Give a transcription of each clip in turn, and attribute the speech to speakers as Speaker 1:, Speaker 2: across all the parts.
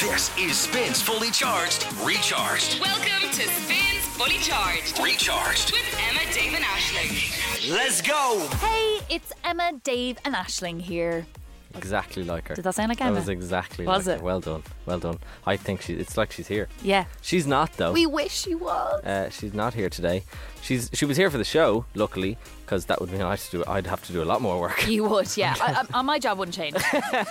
Speaker 1: This is Spins Fully Charged, Recharged,
Speaker 2: Welcome to Spins Fully Charged
Speaker 1: Recharged.
Speaker 2: with Emma Damon Ashling.
Speaker 1: Let's go!
Speaker 3: Hey, it's Emma, Dave, and Ashling here.
Speaker 4: Exactly like her.
Speaker 3: Did that sound like
Speaker 4: That
Speaker 3: Emma?
Speaker 4: was exactly
Speaker 3: Was
Speaker 4: like
Speaker 3: it?
Speaker 4: her. Well done. Well done. I think she it's like she's here.
Speaker 3: Yeah.
Speaker 4: She's not though.
Speaker 3: We wish you was.
Speaker 4: uh, she's not here today. She's she was here for the show, luckily, because that would mean I'd do I'd have to do a lot more work.
Speaker 3: you would, yeah. I, I, my job wouldn't change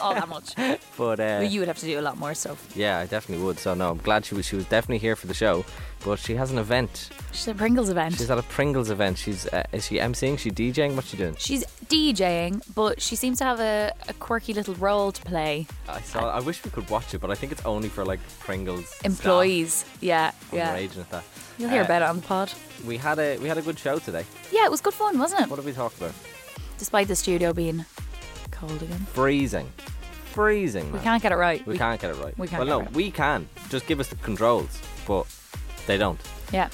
Speaker 3: all that much.
Speaker 4: But uh,
Speaker 3: But you would have to do a lot more stuff.
Speaker 4: yeah, I definitely would. So no, I'm glad she was she was definitely here for the show. But she has an event.
Speaker 3: She's at a Pringles event.
Speaker 4: She's at a Pringles event. She's uh, is she emceeing? She DJing? What's she doing?
Speaker 3: She's DJing, but she seems to have a, a quirky little role to play.
Speaker 4: I saw. I wish we could watch it, but I think it's only for like Pringles staff.
Speaker 3: Employees. Yeah,
Speaker 4: I'm
Speaker 3: yeah.
Speaker 4: raging at that.
Speaker 3: You'll hear
Speaker 4: Uh,
Speaker 3: about it on the pod.
Speaker 4: We had a we had a good show today.
Speaker 3: Yeah, it was good fun, wasn't
Speaker 4: What
Speaker 3: it?
Speaker 4: did we talk about?
Speaker 3: Despite the studio being cold again.
Speaker 4: freezing, freezing.
Speaker 3: We
Speaker 4: man.
Speaker 3: can't get it right.
Speaker 4: We, can't get it right.
Speaker 3: we can't
Speaker 4: Well,
Speaker 3: get
Speaker 4: no,
Speaker 3: it right.
Speaker 4: we can. Just give us the controls, but they don't.
Speaker 3: Yeah.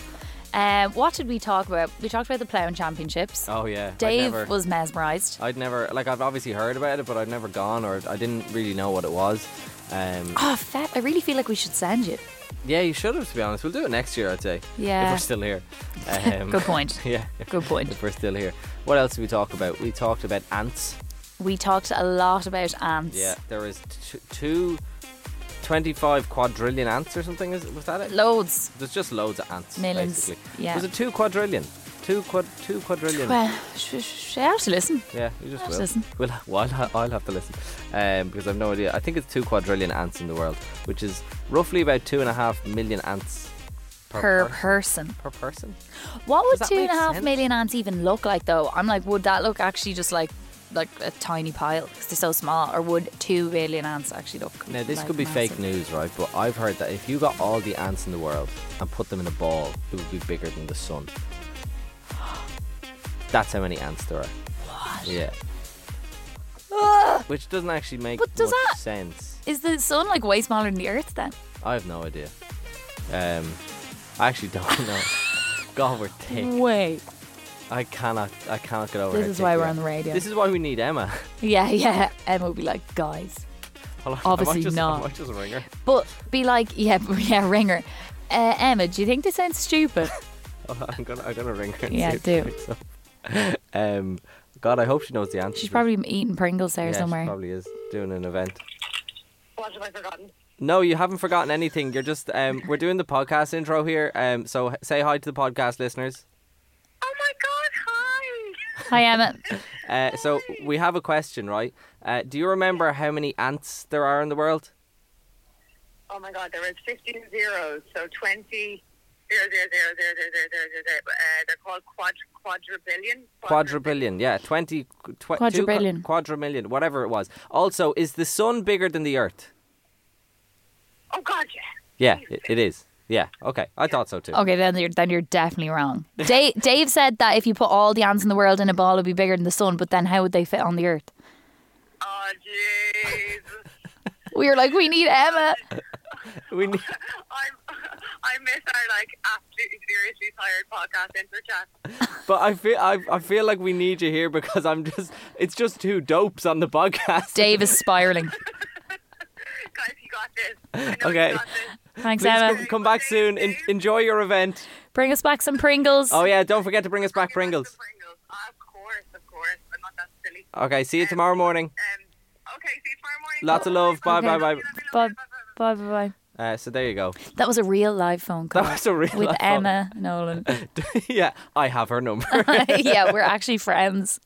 Speaker 3: Um, what did we talk about? We talked about the Plough Championships.
Speaker 4: Oh yeah.
Speaker 3: Dave
Speaker 4: I'd never,
Speaker 3: was mesmerised.
Speaker 4: I'd never like I've obviously heard about it, but I'd never gone or I didn't really know what it was. Um,
Speaker 3: Oh, fat. I really feel like we should send you.
Speaker 4: yeah, you should have to be honest. We'll do it next year, I'd say.
Speaker 3: Yeah.
Speaker 4: If we're still here. Um,
Speaker 3: Good point.
Speaker 4: yeah.
Speaker 3: Good point.
Speaker 4: If we're still here. What else did we talk about? We talked about ants.
Speaker 3: We talked a lot about ants.
Speaker 4: Yeah. There is t- two. 25 quadrillion ants or something is was that it?
Speaker 3: Loads.
Speaker 4: There's just loads of ants.
Speaker 3: Millions,
Speaker 4: Basically.
Speaker 3: yeah.
Speaker 4: Was it two quadrillion? Two quad, two quadrillion.
Speaker 3: Well, sh- sh- I have to listen.
Speaker 4: yeah, you just
Speaker 3: I'll
Speaker 4: will.
Speaker 3: listen.
Speaker 4: We'll, well, I'll ha- I'll have to listen um, because I've no idea. I think it's two quadrillion ants in the world, which is roughly about two and a half million ants per
Speaker 3: Per
Speaker 4: per,
Speaker 3: person.
Speaker 4: per person.
Speaker 3: What would
Speaker 4: that
Speaker 3: two and
Speaker 4: make
Speaker 3: a half
Speaker 4: sense?
Speaker 3: million ants even look like, though? I'm like, would that look actually just like like a tiny pile because they're so small, or would two million ants actually look?
Speaker 4: Now this
Speaker 3: like
Speaker 4: could be
Speaker 3: massive?
Speaker 4: fake news, right? But I've heard that if you got all the ants in the world and put them in a ball, it would be bigger than the sun. That's how many ants there are. What? Yeah. Which doesn't actually make
Speaker 3: But does
Speaker 4: much
Speaker 3: that-
Speaker 4: sense.
Speaker 3: Is the sun like way smaller than the Earth then?
Speaker 4: I have no idea. Um, I actually don't know. God, we're thick.
Speaker 3: Wait.
Speaker 4: I cannot. I cannot get over.
Speaker 3: This
Speaker 4: how
Speaker 3: is
Speaker 4: thick
Speaker 3: why
Speaker 4: we
Speaker 3: we're
Speaker 4: are.
Speaker 3: on the radio.
Speaker 4: This is why we need Emma.
Speaker 3: Yeah, yeah. Emma would be like, guys.
Speaker 4: Hold on, I
Speaker 3: Obviously
Speaker 4: might just,
Speaker 3: not.
Speaker 4: I might just ring her.
Speaker 3: But be like, yeah, yeah, ringer. Uh, Emma, do you think this sounds stupid?
Speaker 4: Hold on, I'm gonna. I'm gonna ring her. and
Speaker 3: Yeah,
Speaker 4: see if
Speaker 3: do.
Speaker 4: she picks up. um, God, I hope she knows the answer.
Speaker 3: She's probably eating Pringles there
Speaker 4: yeah,
Speaker 3: somewhere.
Speaker 4: She probably is doing an event.
Speaker 5: What have I forgotten?
Speaker 4: No, you haven't forgotten anything. You're just. Um, we're doing the podcast intro here. Um, so h- say hi to the podcast listeners.
Speaker 5: Oh my god, hi!
Speaker 3: Hi, Emma.
Speaker 4: Uh, so we have a question, right? Uh, do you remember how many ants there are in the world?
Speaker 5: Oh my god, there was 15 zeros, so 20 zero, zero, zero, zero, zero, zero, zero, zero, zero. Uh, they're called quad, quadribillion.
Speaker 4: quadribillion. Yeah, twenty qu- tw-
Speaker 3: Quadribillion.
Speaker 4: two, qu- quadrimillion, whatever it was. Also, is the sun bigger than the Earth?
Speaker 5: Oh god, yeah.
Speaker 4: Yeah, it, it is. Yeah. Okay, I thought so too.
Speaker 3: Okay, then you're then you're definitely wrong. Dave, Dave said that if you put all the ants in the world in a ball, it'd be bigger than the sun. But then how would they fit on the Earth?
Speaker 5: Oh jeez.
Speaker 3: We were like, we need Emma.
Speaker 4: We need,
Speaker 5: I'm, I miss our like absolutely seriously tired podcast intro chat.
Speaker 4: but I feel I, I feel like we need you here because I'm just it's just two dopes on the podcast.
Speaker 3: Dave is spiraling.
Speaker 5: Guys, you got this. I know
Speaker 4: Okay.
Speaker 5: You got this.
Speaker 3: Thanks,
Speaker 4: Please
Speaker 3: Emma.
Speaker 4: come, come back soon. En- enjoy your event.
Speaker 3: Bring us back some Pringles.
Speaker 4: Oh yeah, don't forget to bring us back
Speaker 5: Give us
Speaker 4: Pringles.
Speaker 5: the Pringles. Ah, Of course, of course. I'm not that silly.
Speaker 4: Okay, see you tomorrow morning.
Speaker 5: Um, okay, see you tomorrow morning.
Speaker 4: Lots of love. Bye
Speaker 3: Okay.
Speaker 4: bye bye.
Speaker 3: Bye, bye, bye, bye.
Speaker 4: Uh, so there you go.
Speaker 3: That was a real live phone call.
Speaker 4: That was a real
Speaker 3: with
Speaker 4: live phone.
Speaker 3: Emma Nolan.
Speaker 4: yeah, I have her number.
Speaker 3: yeah, we're actually friends.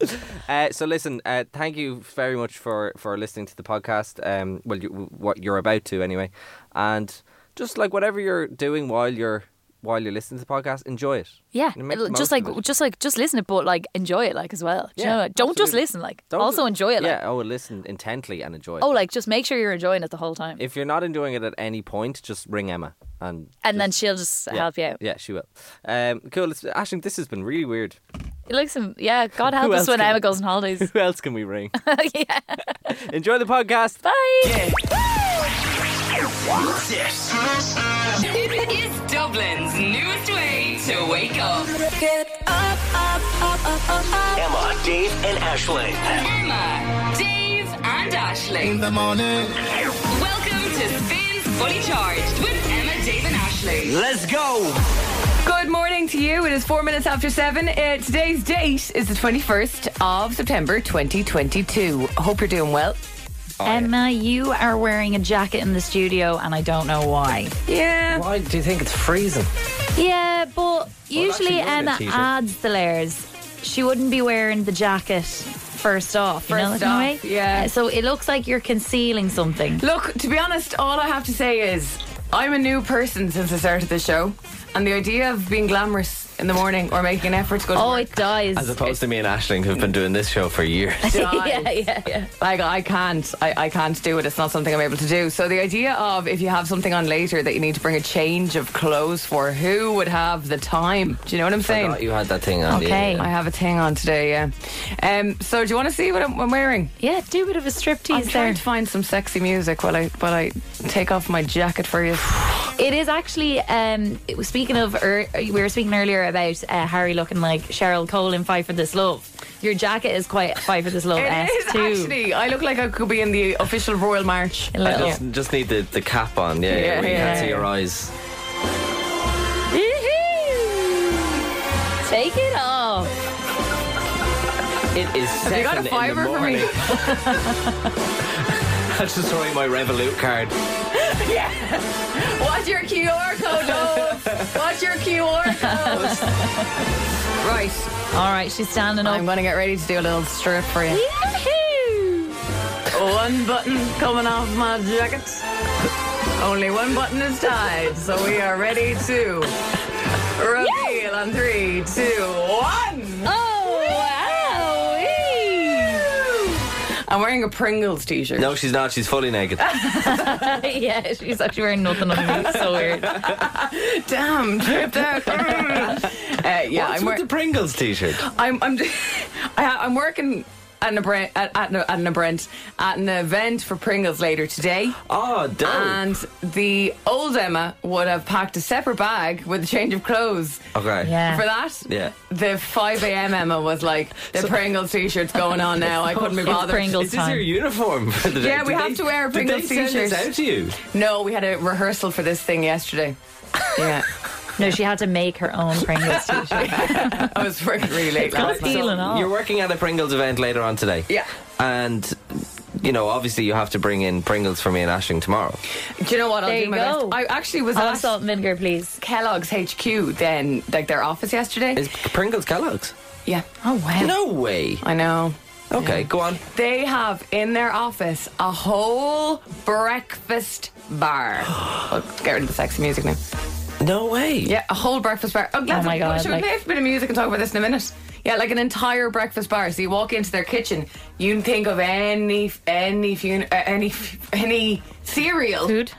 Speaker 4: Uh, so listen, uh, thank you very much for, for listening to the podcast. Um, well, you, what you're about to anyway, and just like whatever you're doing while you're while you're listening to the podcast, enjoy it.
Speaker 3: Yeah,
Speaker 4: And make
Speaker 3: it'll-
Speaker 4: the most
Speaker 3: just like
Speaker 4: of it.
Speaker 3: just like just listen it, but like enjoy it like as well. Do you
Speaker 4: Yeah,
Speaker 3: know? Don't just
Speaker 4: absolutely.
Speaker 3: listen. Like
Speaker 4: Don't-
Speaker 3: also enjoy it. Like.
Speaker 4: yeah. Oh, listen intently and enjoy it.
Speaker 3: Oh, like just make sure you're enjoying it the whole time,
Speaker 4: if you're not enjoying it at any point, just ring Emma and
Speaker 3: and then she'll just
Speaker 4: yeah,
Speaker 3: help you out.
Speaker 4: Yeah, she will. Um, cool. It's, Ashling, this has been really weird.
Speaker 3: It looks, yeah. God help
Speaker 4: Who
Speaker 3: us
Speaker 4: else
Speaker 3: when
Speaker 4: can-
Speaker 3: Emma goes on holidays.
Speaker 4: Who else can we ring?
Speaker 3: yeah.
Speaker 4: enjoy the podcast.
Speaker 3: Bye.
Speaker 1: This
Speaker 2: is Dublin's newest way to wake up.
Speaker 1: Emma, Dave, and Ashling.
Speaker 2: Emma, Dave, and Ashley. In the morning. Welcome to Spins Fully Charged with Emma, Dave, and Ashling.
Speaker 1: Let's go.
Speaker 5: Good morning to you. It is four minutes after seven. Uh, today's date is the 21st of September 2022. Hope you're doing well.
Speaker 3: Emma, you are wearing a jacket in the studio, and I don't know why.
Speaker 5: Yeah.
Speaker 4: Why do you think it's freezing?
Speaker 3: Yeah, but usually
Speaker 6: actually, you're in a
Speaker 3: Emma
Speaker 6: t-shirt.
Speaker 3: adds the layers. She wouldn't be wearing the jacket first off. You know
Speaker 5: First
Speaker 3: that kind of
Speaker 5: off,
Speaker 3: way?
Speaker 5: yeah.
Speaker 3: Uh, So it looks like you're concealing something.
Speaker 5: Look, to be honest, all I have to say is I'm a new person since I started the show, and the idea of being glamorous in the morning or making an effort to go to
Speaker 3: Oh,
Speaker 5: work,
Speaker 3: it dies.
Speaker 4: As opposed to me and Ashling, who've been doing this show for years.
Speaker 3: yeah, yeah, yeah.
Speaker 5: like I can't, I, I can't do it. It's not something I'm able to do. So the idea of if you have something on later that you need to bring a change of clothes for, who would have the time? Do you know what I'm saying?
Speaker 4: Forgot you had that thing on.
Speaker 3: Okay.
Speaker 5: I have a thing on today, yeah. Um, so do you want to see what I'm, I'm wearing?
Speaker 3: Yeah, do a bit of a
Speaker 5: I'm
Speaker 3: striptease
Speaker 5: trying
Speaker 3: there.
Speaker 5: to find some sexy music while I while I take off my jacket for you.
Speaker 3: It is actually. Um, it was speaking of, er, we were speaking earlier about uh, Harry looking like Cheryl Cole in Fight for This Love. Your jacket is quite Fight for This Love.
Speaker 5: It is
Speaker 3: too.
Speaker 5: actually. I look like I could be in the official royal march.
Speaker 4: I
Speaker 3: A little.
Speaker 4: just, just need the, the cap on. Yeah, yeah.
Speaker 5: Yeah,
Speaker 4: where you
Speaker 5: yeah.
Speaker 4: can't see your eyes.
Speaker 3: Woohoo! Take it off.
Speaker 4: It is
Speaker 5: Have you got a
Speaker 4: seven in
Speaker 5: fiver
Speaker 4: the
Speaker 5: for
Speaker 4: morning.
Speaker 5: me?
Speaker 4: I'll just throw in my Revolut card.
Speaker 5: What's your QR code? Dove? What's your QR code? right,
Speaker 3: All right, she's standing
Speaker 5: I'm
Speaker 3: up.
Speaker 5: going to get ready to do a little strip for you.
Speaker 3: Yoo-hoo!
Speaker 5: One button coming off my jacket. Only one button is tied, so we are ready to reveal on three, two, one.
Speaker 3: Oh,
Speaker 5: I'm wearing a Pringles t-shirt.
Speaker 4: No, she's not. She's fully naked.
Speaker 3: wow! yeah, she's actually wearing nothing underneath. So weird.
Speaker 5: Damn, tripped out. Mm. uh, yeah,
Speaker 4: What's with
Speaker 5: I'm, wear-
Speaker 4: the Pringles t-shirt?
Speaker 5: I'm I'm I ha- I'm working. At an, event, at, at, an, at, an event, at an event for Pringles later today.
Speaker 4: Oh, dope.
Speaker 5: And the old Emma would have packed a separate bag with a change of clothes
Speaker 4: okay.
Speaker 3: Yeah.
Speaker 5: for that.
Speaker 4: Yeah.
Speaker 5: The 5 a.m. Emma was like, the Pringles t shirt's going on now. I couldn't be bothered.
Speaker 3: Pringles
Speaker 4: Is this your
Speaker 3: time.
Speaker 4: uniform for the day?
Speaker 5: Yeah, we
Speaker 4: Did
Speaker 5: have
Speaker 4: they-
Speaker 5: to wear a
Speaker 4: did
Speaker 5: Pringles
Speaker 4: they send this
Speaker 5: t-shirt.
Speaker 4: out to you.
Speaker 5: No, we had a rehearsal for this thing yesterday. Yeah.
Speaker 3: No, she had to make her own Pringles t-shirt.
Speaker 5: I was working really late
Speaker 3: got
Speaker 5: last night.
Speaker 3: Feeling off.
Speaker 4: You're working at a Pringles event later on today.
Speaker 5: Yeah.
Speaker 4: And you know, obviously, you have to bring in Pringles for me and Ashing tomorrow.
Speaker 5: Do you know what? I'll
Speaker 3: There
Speaker 5: do
Speaker 3: you
Speaker 5: my
Speaker 3: go.
Speaker 5: best. I actually was
Speaker 3: I'll
Speaker 5: at
Speaker 3: have salt and vinegar, please.
Speaker 5: Kellogg's HQ then, like their office yesterday.
Speaker 4: Is Pringles Kellogg's?
Speaker 5: yeah.
Speaker 3: Oh wow!
Speaker 4: No way.
Speaker 5: I know.
Speaker 4: Okay, go on.
Speaker 5: They have in their office a whole breakfast bar. Let's get rid of the sexy music now.
Speaker 4: No way.
Speaker 5: Yeah, a whole breakfast bar. Oh, let's-
Speaker 3: my God,
Speaker 5: Should
Speaker 3: like-
Speaker 5: we play a bit of music and talk about this in a minute? Yeah, like an entire breakfast bar. So you walk into their kitchen, you think of any any fun- uh, any f- any cereal
Speaker 3: Food.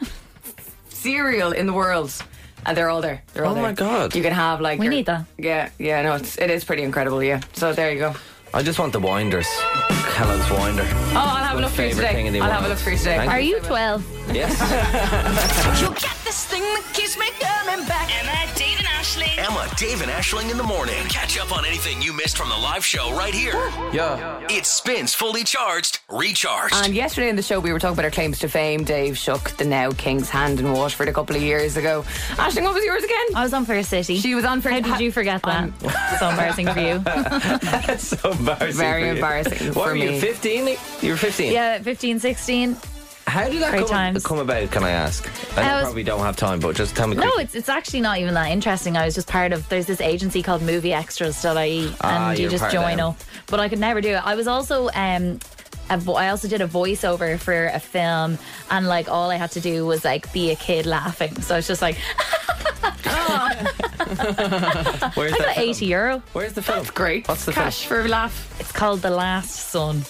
Speaker 5: cereal in the world, and they're all there. They're all
Speaker 4: Oh,
Speaker 5: there.
Speaker 4: my God.
Speaker 5: You can have like
Speaker 3: We
Speaker 5: your-
Speaker 3: need that.
Speaker 5: Yeah, yeah. No, it's it is pretty incredible. Yeah. So there you go.
Speaker 4: I just want the winders. Kellogg's winder.
Speaker 5: Oh, I'll have a
Speaker 4: My
Speaker 5: look for you
Speaker 4: favourite thing
Speaker 5: today.
Speaker 4: in the
Speaker 5: I'll
Speaker 4: world.
Speaker 5: have a look for you today.
Speaker 4: Thank
Speaker 3: Are you twelve?
Speaker 4: Yes.
Speaker 2: You'll get this thing that keeps me coming back. Emma, Dave, and Ashling.
Speaker 1: Emma, Dave, and Ashling in the morning. Catch up on anything you missed from the live show right here.
Speaker 4: yeah.
Speaker 1: It spins fully charged, recharged.
Speaker 5: And yesterday in the show, we were talking about our claims to fame. Dave shook the now King's hand in Waterford a couple of years ago. Ashton, what was yours again?
Speaker 3: I was on First City.
Speaker 5: She was on for.
Speaker 3: How did you forget that? so embarrassing for you.
Speaker 4: That's so embarrassing.
Speaker 5: Very
Speaker 4: for you.
Speaker 5: embarrassing
Speaker 4: What
Speaker 5: for
Speaker 4: were
Speaker 5: me.
Speaker 4: you? Fifteen? You were fifteen.
Speaker 3: Yeah, 15, 16.
Speaker 4: How did that
Speaker 3: Great
Speaker 4: come,
Speaker 3: times.
Speaker 4: come about? Can I ask? I, know
Speaker 3: I was-
Speaker 4: probably don't have time, but just tell me.
Speaker 3: No,
Speaker 4: quickly.
Speaker 3: it's it's actually not even that interesting. I was just part of there's this agency called MovieExtras.ie, E, and
Speaker 4: Ah,
Speaker 3: you
Speaker 4: you're
Speaker 3: just
Speaker 4: part of
Speaker 3: join
Speaker 4: them.
Speaker 3: up. But I could never do it. I was also um, a vo- I also did a voiceover for a film, and like all I had to do was like be a kid laughing. So it's just like
Speaker 4: Where's
Speaker 3: I
Speaker 4: that
Speaker 3: got
Speaker 4: film?
Speaker 3: eighty euro.
Speaker 4: Where's the film?
Speaker 5: Great.
Speaker 4: What's the
Speaker 5: cash for a laugh?
Speaker 3: It's called The Last Son.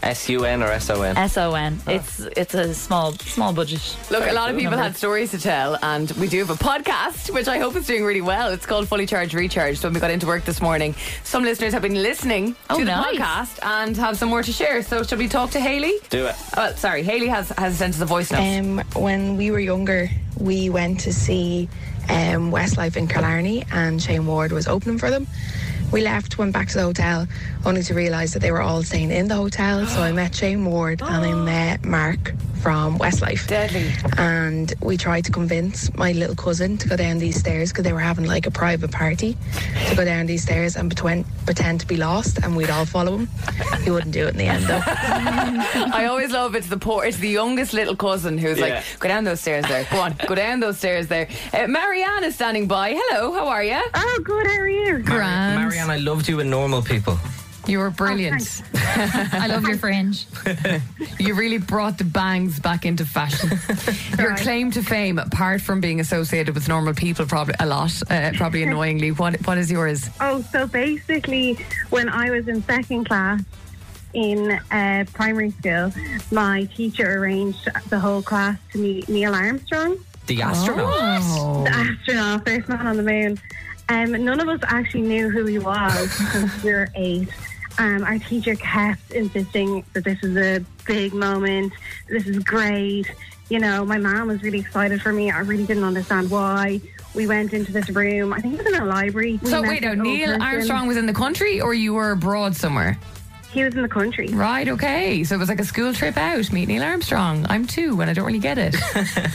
Speaker 4: S U N or S O N?
Speaker 3: S O N. It's it's a small small budget.
Speaker 5: Look, a lot of people
Speaker 3: Number.
Speaker 5: had stories to tell, and we do have a podcast, which I hope is doing really well. It's called Fully Charged Recharged. When we got into work this morning, some listeners have been listening
Speaker 3: Oh,
Speaker 5: to the
Speaker 3: nice.
Speaker 5: podcast and have some more to share. So, should we talk to Haley?
Speaker 4: Do it.
Speaker 5: Oh, sorry, Haley has has sent us a voice note.
Speaker 7: Um, when we were younger, we went to see um, Westlife in Killarney, and Shane Ward was opening for them. We left, went back to the hotel, only to realise that they were all staying in the hotel. So I met Shane Ward and I met Mark from Westlife.
Speaker 5: Deadly.
Speaker 7: And we tried to convince my little cousin to go down these stairs because they were having like a private party to go down these stairs and between, pretend to be lost and we'd all follow him. He wouldn't do it in the end though.
Speaker 5: I always love it's the poor, it's the youngest little cousin who's
Speaker 6: Yeah.
Speaker 5: like, go down those stairs there. Go on, go down those stairs there. Uh, Marianne is standing by. Hello, how are you?
Speaker 8: Oh, good. How are you?
Speaker 4: Marianne,
Speaker 9: Grand.
Speaker 4: I loved you in normal people.
Speaker 9: You were brilliant. I love your fringe.
Speaker 5: You really brought the bangs back into fashion. Your claim to fame, apart from being associated with normal people, probably a lot, uh, probably annoyingly. What what is yours?
Speaker 8: Oh, so basically, when I was in second class in uh, primary school, my teacher arranged the whole class to meet Neil Armstrong,
Speaker 4: The astronaut.
Speaker 9: Oh.
Speaker 8: the astronaut, first man on the moon. Um, none of us actually knew who he was since we were eight. Um, our teacher kept insisting that this is a big moment, this is great. You know, my mom was really excited for me. I really didn't understand why. We went into this room. I think it was in a library. We
Speaker 9: So
Speaker 8: met
Speaker 9: wait, now,
Speaker 8: this old
Speaker 9: Neil
Speaker 8: person.
Speaker 9: Armstrong was in the country, or you were abroad somewhere?
Speaker 8: He was in the country.
Speaker 9: Right. Okay. So it was like a school trip out. Meet Neil Armstrong. I'm two, and I don't really get it.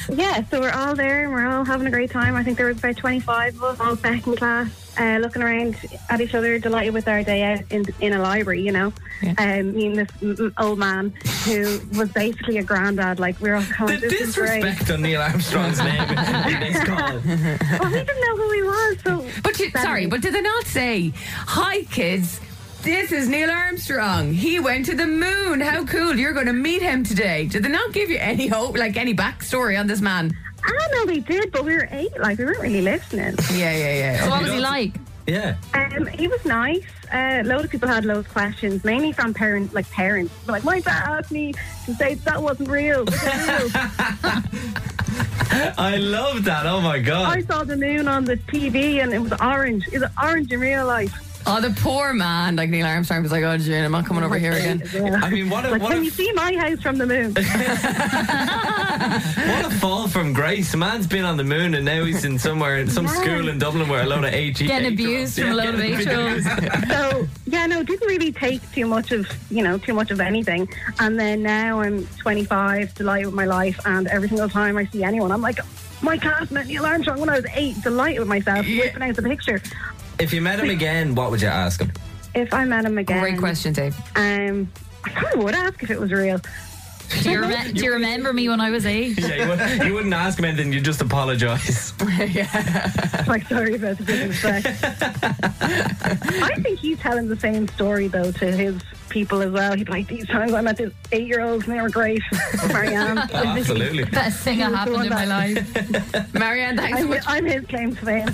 Speaker 8: Yeah, so we're all there and we're all having a great time. I think there was about 25 of us, all second class, uh, looking around at each other, delighted with our day out in, in a library, you know.
Speaker 9: Yeah.
Speaker 8: Um, me and this m- m- old man who was basically a granddad, like, we were all kind
Speaker 4: The
Speaker 8: of this is great.
Speaker 4: disrespect on Neil Armstrong's name in the next call.
Speaker 8: Well, we didn't know who he was, so.
Speaker 9: But you, sorry, but did they not say, "Hi, kids"? This is Neil Armstrong. He went to the moon. How cool. You're going to meet him today. Did they not give you any hope, like any backstory on this man?
Speaker 8: I don't know they did, but we were eight, like, we weren't really listening.
Speaker 9: Yeah, yeah, yeah.
Speaker 3: So what was he like?
Speaker 4: Yeah.
Speaker 8: Um, he was nice. Uh, a lot of people had loads of questions, mainly from parents, like parents. They're Like, my dad asked me to say that wasn't real. Was it real?
Speaker 4: I love that. Oh my
Speaker 8: I
Speaker 4: god.
Speaker 8: saw the moon on the TV and it was orange. Is it orange in real life?
Speaker 9: Oh, the poor man. Like Neil Armstrong was like, oh, Jane, I'm not coming over here again.
Speaker 4: I mean, what a,
Speaker 8: Like,
Speaker 4: what,
Speaker 8: can you
Speaker 4: a,
Speaker 8: see my house from the moon?
Speaker 4: what a fall from grace. The man's been on the moon and now he's in somewhere, in some school in Dublin where a load of AG.
Speaker 3: Getting abused from a load of eight-year-olds.
Speaker 8: so yeah, no, didn't really take too much of you know too much of anything. And then now I'm 25, delighted with my life, and every single time I see anyone, I'm like. My classmate Neil Armstrong when I was eight, delighted with myself, whipping out the picture.
Speaker 4: If you met him again, what would you ask him?
Speaker 8: If I met him again,
Speaker 9: Great question, Dave.
Speaker 8: Um, I probably would ask if it was real.
Speaker 3: Do you, rem- do you remember me when I was eight?
Speaker 4: Yeah, you, wouldn't, you wouldn't ask him anything, you'd just apologise.
Speaker 8: Like, sorry about the disrespect. I think he's telling the same story, though, to his people as well. He'd be like, these times I met this eight year old and they were great. um, Marianne.
Speaker 4: Absolutely.
Speaker 3: Best thing that happened in my life.
Speaker 9: Marianne, thanks so
Speaker 8: I'm,
Speaker 9: much.
Speaker 8: I'm his claim to fame.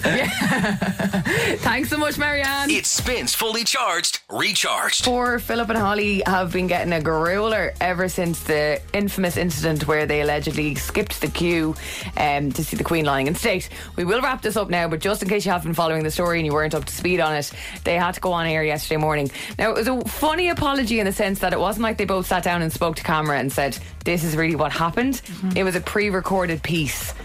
Speaker 9: Thanks so much, Marianne.
Speaker 1: It spins fully charged, recharged.
Speaker 5: Poor Philip and Holly have been getting a grueler ever since the infamous incident where they allegedly skipped the queue um, to see the Queen lying in state. We will wrap this up now, but just in case you haven't been following the story and you weren't up to speed on it, they had to go on air yesterday morning. Now, it was a funny apology in the sense that it wasn't like they both sat down and spoke to camera and said, This is really what happened. It was a pre recorded piece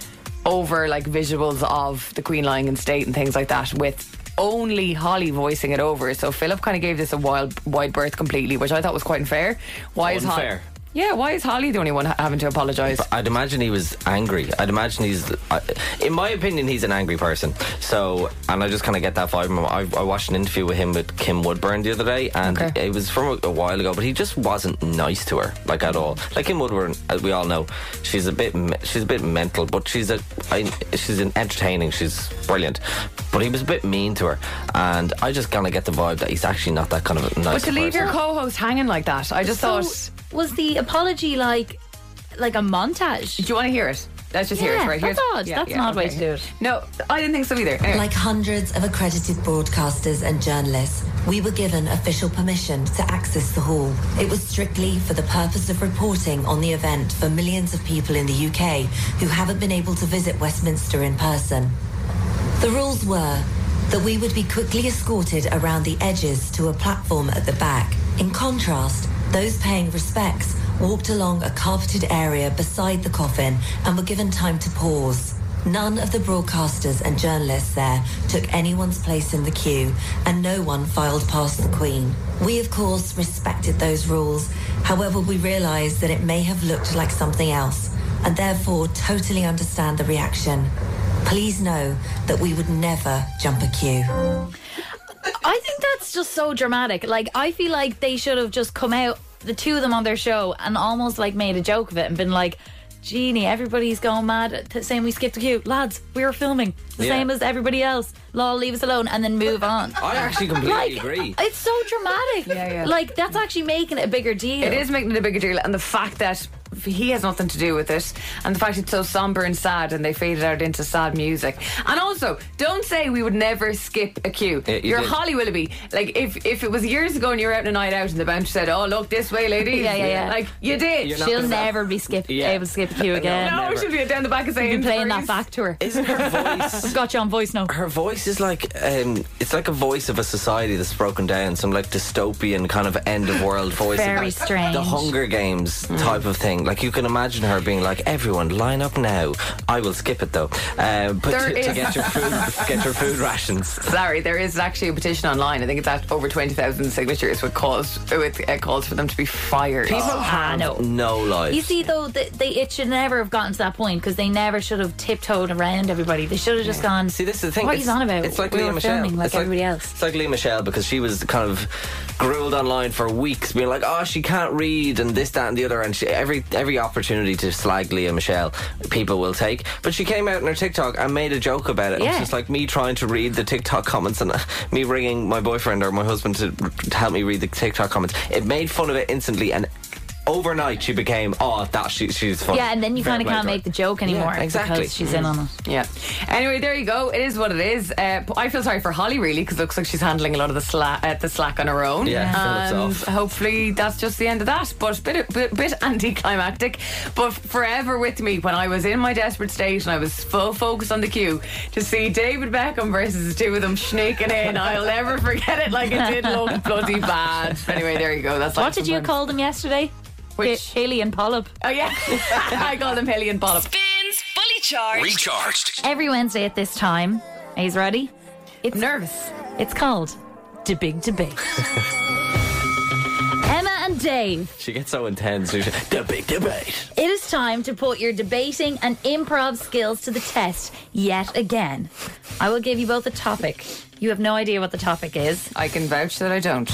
Speaker 5: over like visuals of the Queen lying in state and things like that with only Holly voicing it over. So Philip kind of gave this a wild wide berth completely, which I thought was quite unfair. Why is Holly?
Speaker 6: Unfair.
Speaker 5: Yeah, why is Holly the only one ha- having to apologise?
Speaker 4: I'd imagine he was angry. I'd imagine he's, I in my opinion, he's an angry person. So, and I just kind of get that vibe. from him. I, I watched an interview with him with Kim Woodburn the other day, and
Speaker 5: Okay.
Speaker 4: it was from a, a while ago. But he just wasn't nice to her, like at all. Like Kim Woodburn, as we all know, she's a bit, me- she's a bit mental, but she's a, I, she's an entertaining. She's brilliant, but he was a bit mean to her, and I just kind of get the vibe that he's actually not that kind of a nice.
Speaker 5: But to leave your
Speaker 4: person.
Speaker 5: co-host hanging like that, I just thought.
Speaker 3: So, was the apology like like a
Speaker 5: Do
Speaker 3: montage?
Speaker 5: you want to hear it? Let's just hear it
Speaker 3: Yeah,
Speaker 5: right
Speaker 3: that's
Speaker 5: here.
Speaker 3: odd. That's an odd way to do it.
Speaker 5: No, I didn't think so either. Anyway.
Speaker 10: Like hundreds of accredited broadcasters and journalists, we were given official permission to access the hall. It was strictly for the purpose of reporting on the event for millions of people in the UK who haven't been able to visit Westminster in person. The rules were that we would be quickly escorted around the edges to a platform at the back. In contrast, those paying respects walked along a carpeted area beside the coffin and were given time to pause. None of the broadcasters and journalists there took anyone's place in the queue, and no one filed past the Queen. We, of course, respected those rules. However, we realised that it may have looked like something else, and therefore totally understand the reaction. Please know that we would never jump a queue.
Speaker 3: I think that's just so dramatic. Like, I feel like they should have just come out, the two of them on their show, and almost like made a joke of it and been like, Genie, everybody's going mad, t- saying we skipped a queue. Lads, we were filming, the
Speaker 4: Yeah.
Speaker 3: same as everybody else. Lol, leave us alone, and then move on.
Speaker 4: I actually completely agree.
Speaker 3: It's so dramatic.
Speaker 5: Yeah, yeah.
Speaker 3: Like, that's actually making it a bigger deal.
Speaker 5: It is making it a bigger deal, and the fact that he has nothing to do with it, and the fact it's so somber and sad, and they faded out into sad music, and also don't say we would never skip a queue.
Speaker 4: Yeah, you
Speaker 5: You're
Speaker 4: did.
Speaker 5: Holly Willoughby. Like if if it was years ago and you were out on a night out, and the bouncer said, "Oh, look this way, ladies,"
Speaker 3: Yeah, yeah, yeah.
Speaker 5: like you did.
Speaker 4: You're not
Speaker 3: She'll
Speaker 4: gonna-
Speaker 3: never be skipped,
Speaker 4: Yeah.
Speaker 3: able to skip a queue again.
Speaker 5: no,
Speaker 4: never.
Speaker 5: she'll be down the back of saying,
Speaker 3: You've been playing that back to her.
Speaker 4: Isn't her voice?
Speaker 3: Got you on voice now.
Speaker 4: Her voice is like um, it's like a voice of a society that's broken down, some like dystopian kind of end of world voice.
Speaker 3: Very
Speaker 4: Like
Speaker 3: strange.
Speaker 4: The Hunger Games type of thing. Like you can imagine her being like, "Everyone, line up now." I will skip it though, um, but
Speaker 5: There
Speaker 4: to, to
Speaker 5: is-
Speaker 4: get your food, get your food rations.
Speaker 5: Sorry, there is actually a petition online. I think it's at over twenty thousand signatures with calls with uh, calls for them to be fired.
Speaker 4: Oh,
Speaker 3: Ah, no.
Speaker 4: No life.
Speaker 3: You see, though, they, they, it should never have gotten to that point because they never should have tiptoed around everybody. They should have just gone.
Speaker 4: See, this is the thing.
Speaker 3: What are
Speaker 4: it's-
Speaker 3: you on about?
Speaker 4: It's like
Speaker 3: we
Speaker 4: Leah
Speaker 3: were
Speaker 4: Michelle.
Speaker 3: filming like
Speaker 4: it's
Speaker 3: everybody else.
Speaker 4: It's like Leah Michelle because she was kind of grilled online for weeks, being like, "Oh, she can't read," and this, that, and the other. And she, every every opportunity to slag Leah Michelle, people will take. But she came out in her TikTok and made a joke about it. It was
Speaker 3: Yeah.
Speaker 4: just like me trying to read the TikTok comments and uh, me ringing my boyfriend or my husband to, to help me read the TikTok comments. It made fun of it instantly and. Overnight, she became oh that she she's funny.
Speaker 3: Yeah, and then you
Speaker 4: Fair
Speaker 3: kind of
Speaker 4: play
Speaker 3: can't
Speaker 4: to her.
Speaker 3: make the joke anymore
Speaker 4: exactly. Mm-hmm.
Speaker 3: because she's in on it.
Speaker 5: Yeah. Anyway, there you go. It is what it is. Uh, p- I feel sorry for Holly really because it looks like she's handling a lot of the slack, uh, the slack on her own.
Speaker 4: Yeah, Phillips
Speaker 3: Um,
Speaker 5: And
Speaker 4: off.
Speaker 5: hopefully that's just the end of that. But bit bit, bit anticlimactic. But forever with me when I was in my desperate state and I was full focused on the queue to see David Beckham versus the two of them snaking in. I'll never forget it. Like it did look bloody bad. Anyway, there you go. That's
Speaker 3: What did you call them yesterday?
Speaker 5: Which-
Speaker 3: Ha- Haley and Polyp.
Speaker 5: Oh yeah, I call them Hilly and Bollop.
Speaker 2: Spins Fully Charged.
Speaker 1: Recharged.
Speaker 3: Every Wednesday at this time, are you ready? It's
Speaker 5: Nervous.
Speaker 3: It's called the Big Debate. Emma and Dave,
Speaker 4: She gets so intense. She's the big debate.
Speaker 3: it is time to put your debating and improv skills to the test yet again. I will give you both a topic. You have no idea what the topic is,
Speaker 5: I can vouch that I don't.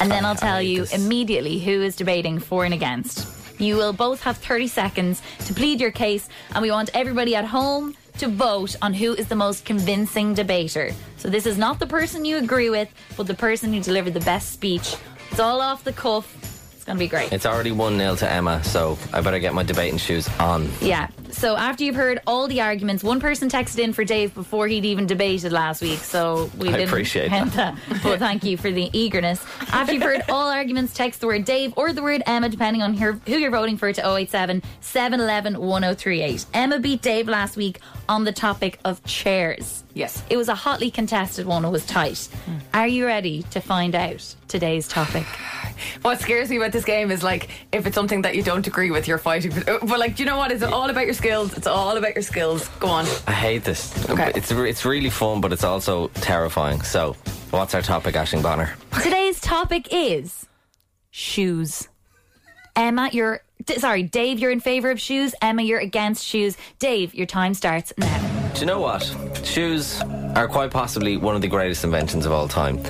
Speaker 3: and then I'll tell you immediately who is debating for and against. You will both have 30 seconds to plead your case, and we want everybody at home to vote on who is the most convincing debater. So, this is not the person you agree with, but the person who delivered the best speech. It's all off the cuff. It's going to be great.
Speaker 4: It's already 1 0 to Emma, so I better get my debating shoes on.
Speaker 3: Yeah. So after you've heard all the arguments, one person texted in for Dave before he'd even debated last week. So we
Speaker 4: I
Speaker 3: didn't
Speaker 4: appreciate
Speaker 3: count that. But thank you for the eagerness. After you've heard all arguments, text the word Dave or the word Emma, depending on her, who you're voting for, to 087 711 1038. Emma beat Dave last week on the topic of chairs.
Speaker 5: Yes.
Speaker 3: It was a hotly contested one. It was tight. Are you ready to find out today's topic?
Speaker 5: What scares me about this game is like if it's something that you don't agree with, you're fighting. For, uh, but like, do you know what? It's all about your skills. It's all about your skills. Go on.
Speaker 4: I hate this.
Speaker 5: Okay.
Speaker 4: It's, re- it's really fun, but it's also terrifying. So, what's our topic, Ashing Bonner?
Speaker 3: Today's topic is shoes. Emma, you're d- sorry, Dave, you're in favor of shoes. Emma, you're against shoes. Dave, your time starts now.
Speaker 4: Do you know what? Shoes are quite possibly one of the greatest inventions of all time.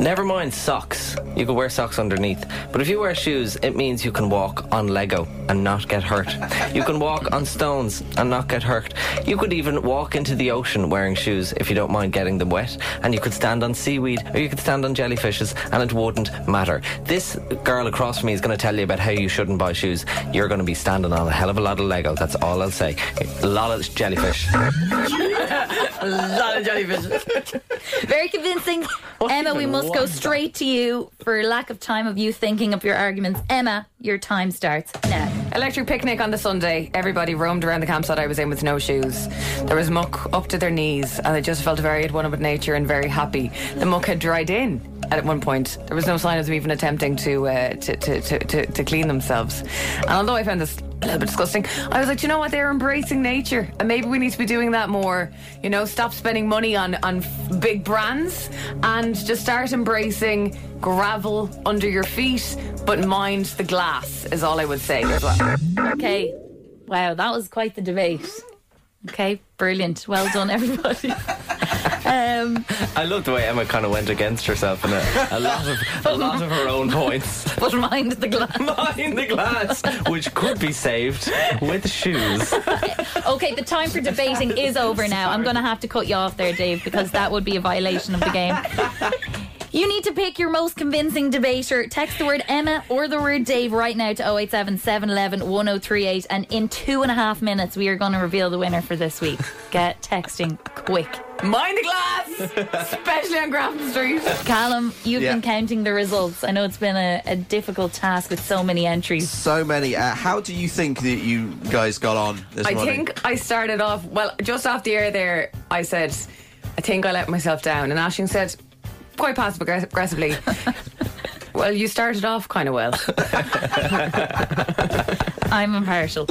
Speaker 4: Never mind socks. You can wear socks underneath. But if you wear shoes, it means you can walk on Lego and not get hurt. You can walk on stones and not get hurt. You could even walk into the ocean wearing shoes if you don't mind getting them wet. And you could stand on seaweed or you could stand on jellyfishes and it wouldn't matter. This girl across from me is going to tell you about how you shouldn't buy shoes. You're going to be standing on a hell of a lot of Lego. That's all I'll say. A lot of jellyfish.
Speaker 5: A lot of jellyfish.
Speaker 3: Very convincing. Emma, we
Speaker 4: Oh, even
Speaker 3: must go
Speaker 4: was that?
Speaker 3: straight to you for lack of time of you thinking up your arguments. Emma, your time starts now.
Speaker 5: Electric picnic on the Sunday. Everybody roamed around the campsite I was in with no shoes. There was muck up to their knees, and I just felt very at one with nature and very happy. The muck had dried in. at one point. There was no sign of them even attempting to uh, to, to, to, to to clean themselves. And although I found this a little bit disgusting, I was like, "Do you know what? They're embracing nature, and maybe we need to be doing that more. You know, stop spending money on on f- big brands and just start embracing gravel under your feet, but mind the glass is all I would say. as well.
Speaker 3: Okay. Wow, that was quite the debate. Okay, brilliant. Well done, everybody. um,
Speaker 4: I love the way Emma kind of went against herself in a, a lot of a lot of her own points.
Speaker 3: but mind the glass.
Speaker 4: Behind the glass, which could be saved with shoes.
Speaker 3: Okay, the time for debating is over now. I'm going to have to cut you off there, Dave, because that would be a violation of the game. You need to pick your most convincing debater. Text the word Emma or the word Dave right now to 087 711 1038. And in two and a half minutes, we are going to reveal the winner for this week. Get texting quick.
Speaker 5: Mind the glass, especially on Grafton Street.
Speaker 3: Callum, you've
Speaker 11: Yeah.
Speaker 3: been counting the results. I know it's been a, a difficult task with so many entries.
Speaker 11: So many. Uh, how do you think that you guys got on this
Speaker 5: I
Speaker 11: morning?
Speaker 5: think I started off well, just off the air there. I said, I think I let myself down, and Ashing said, quite passive aggress- aggressively. Well, you started off kind of well.
Speaker 3: I'm impartial.
Speaker 4: Uh,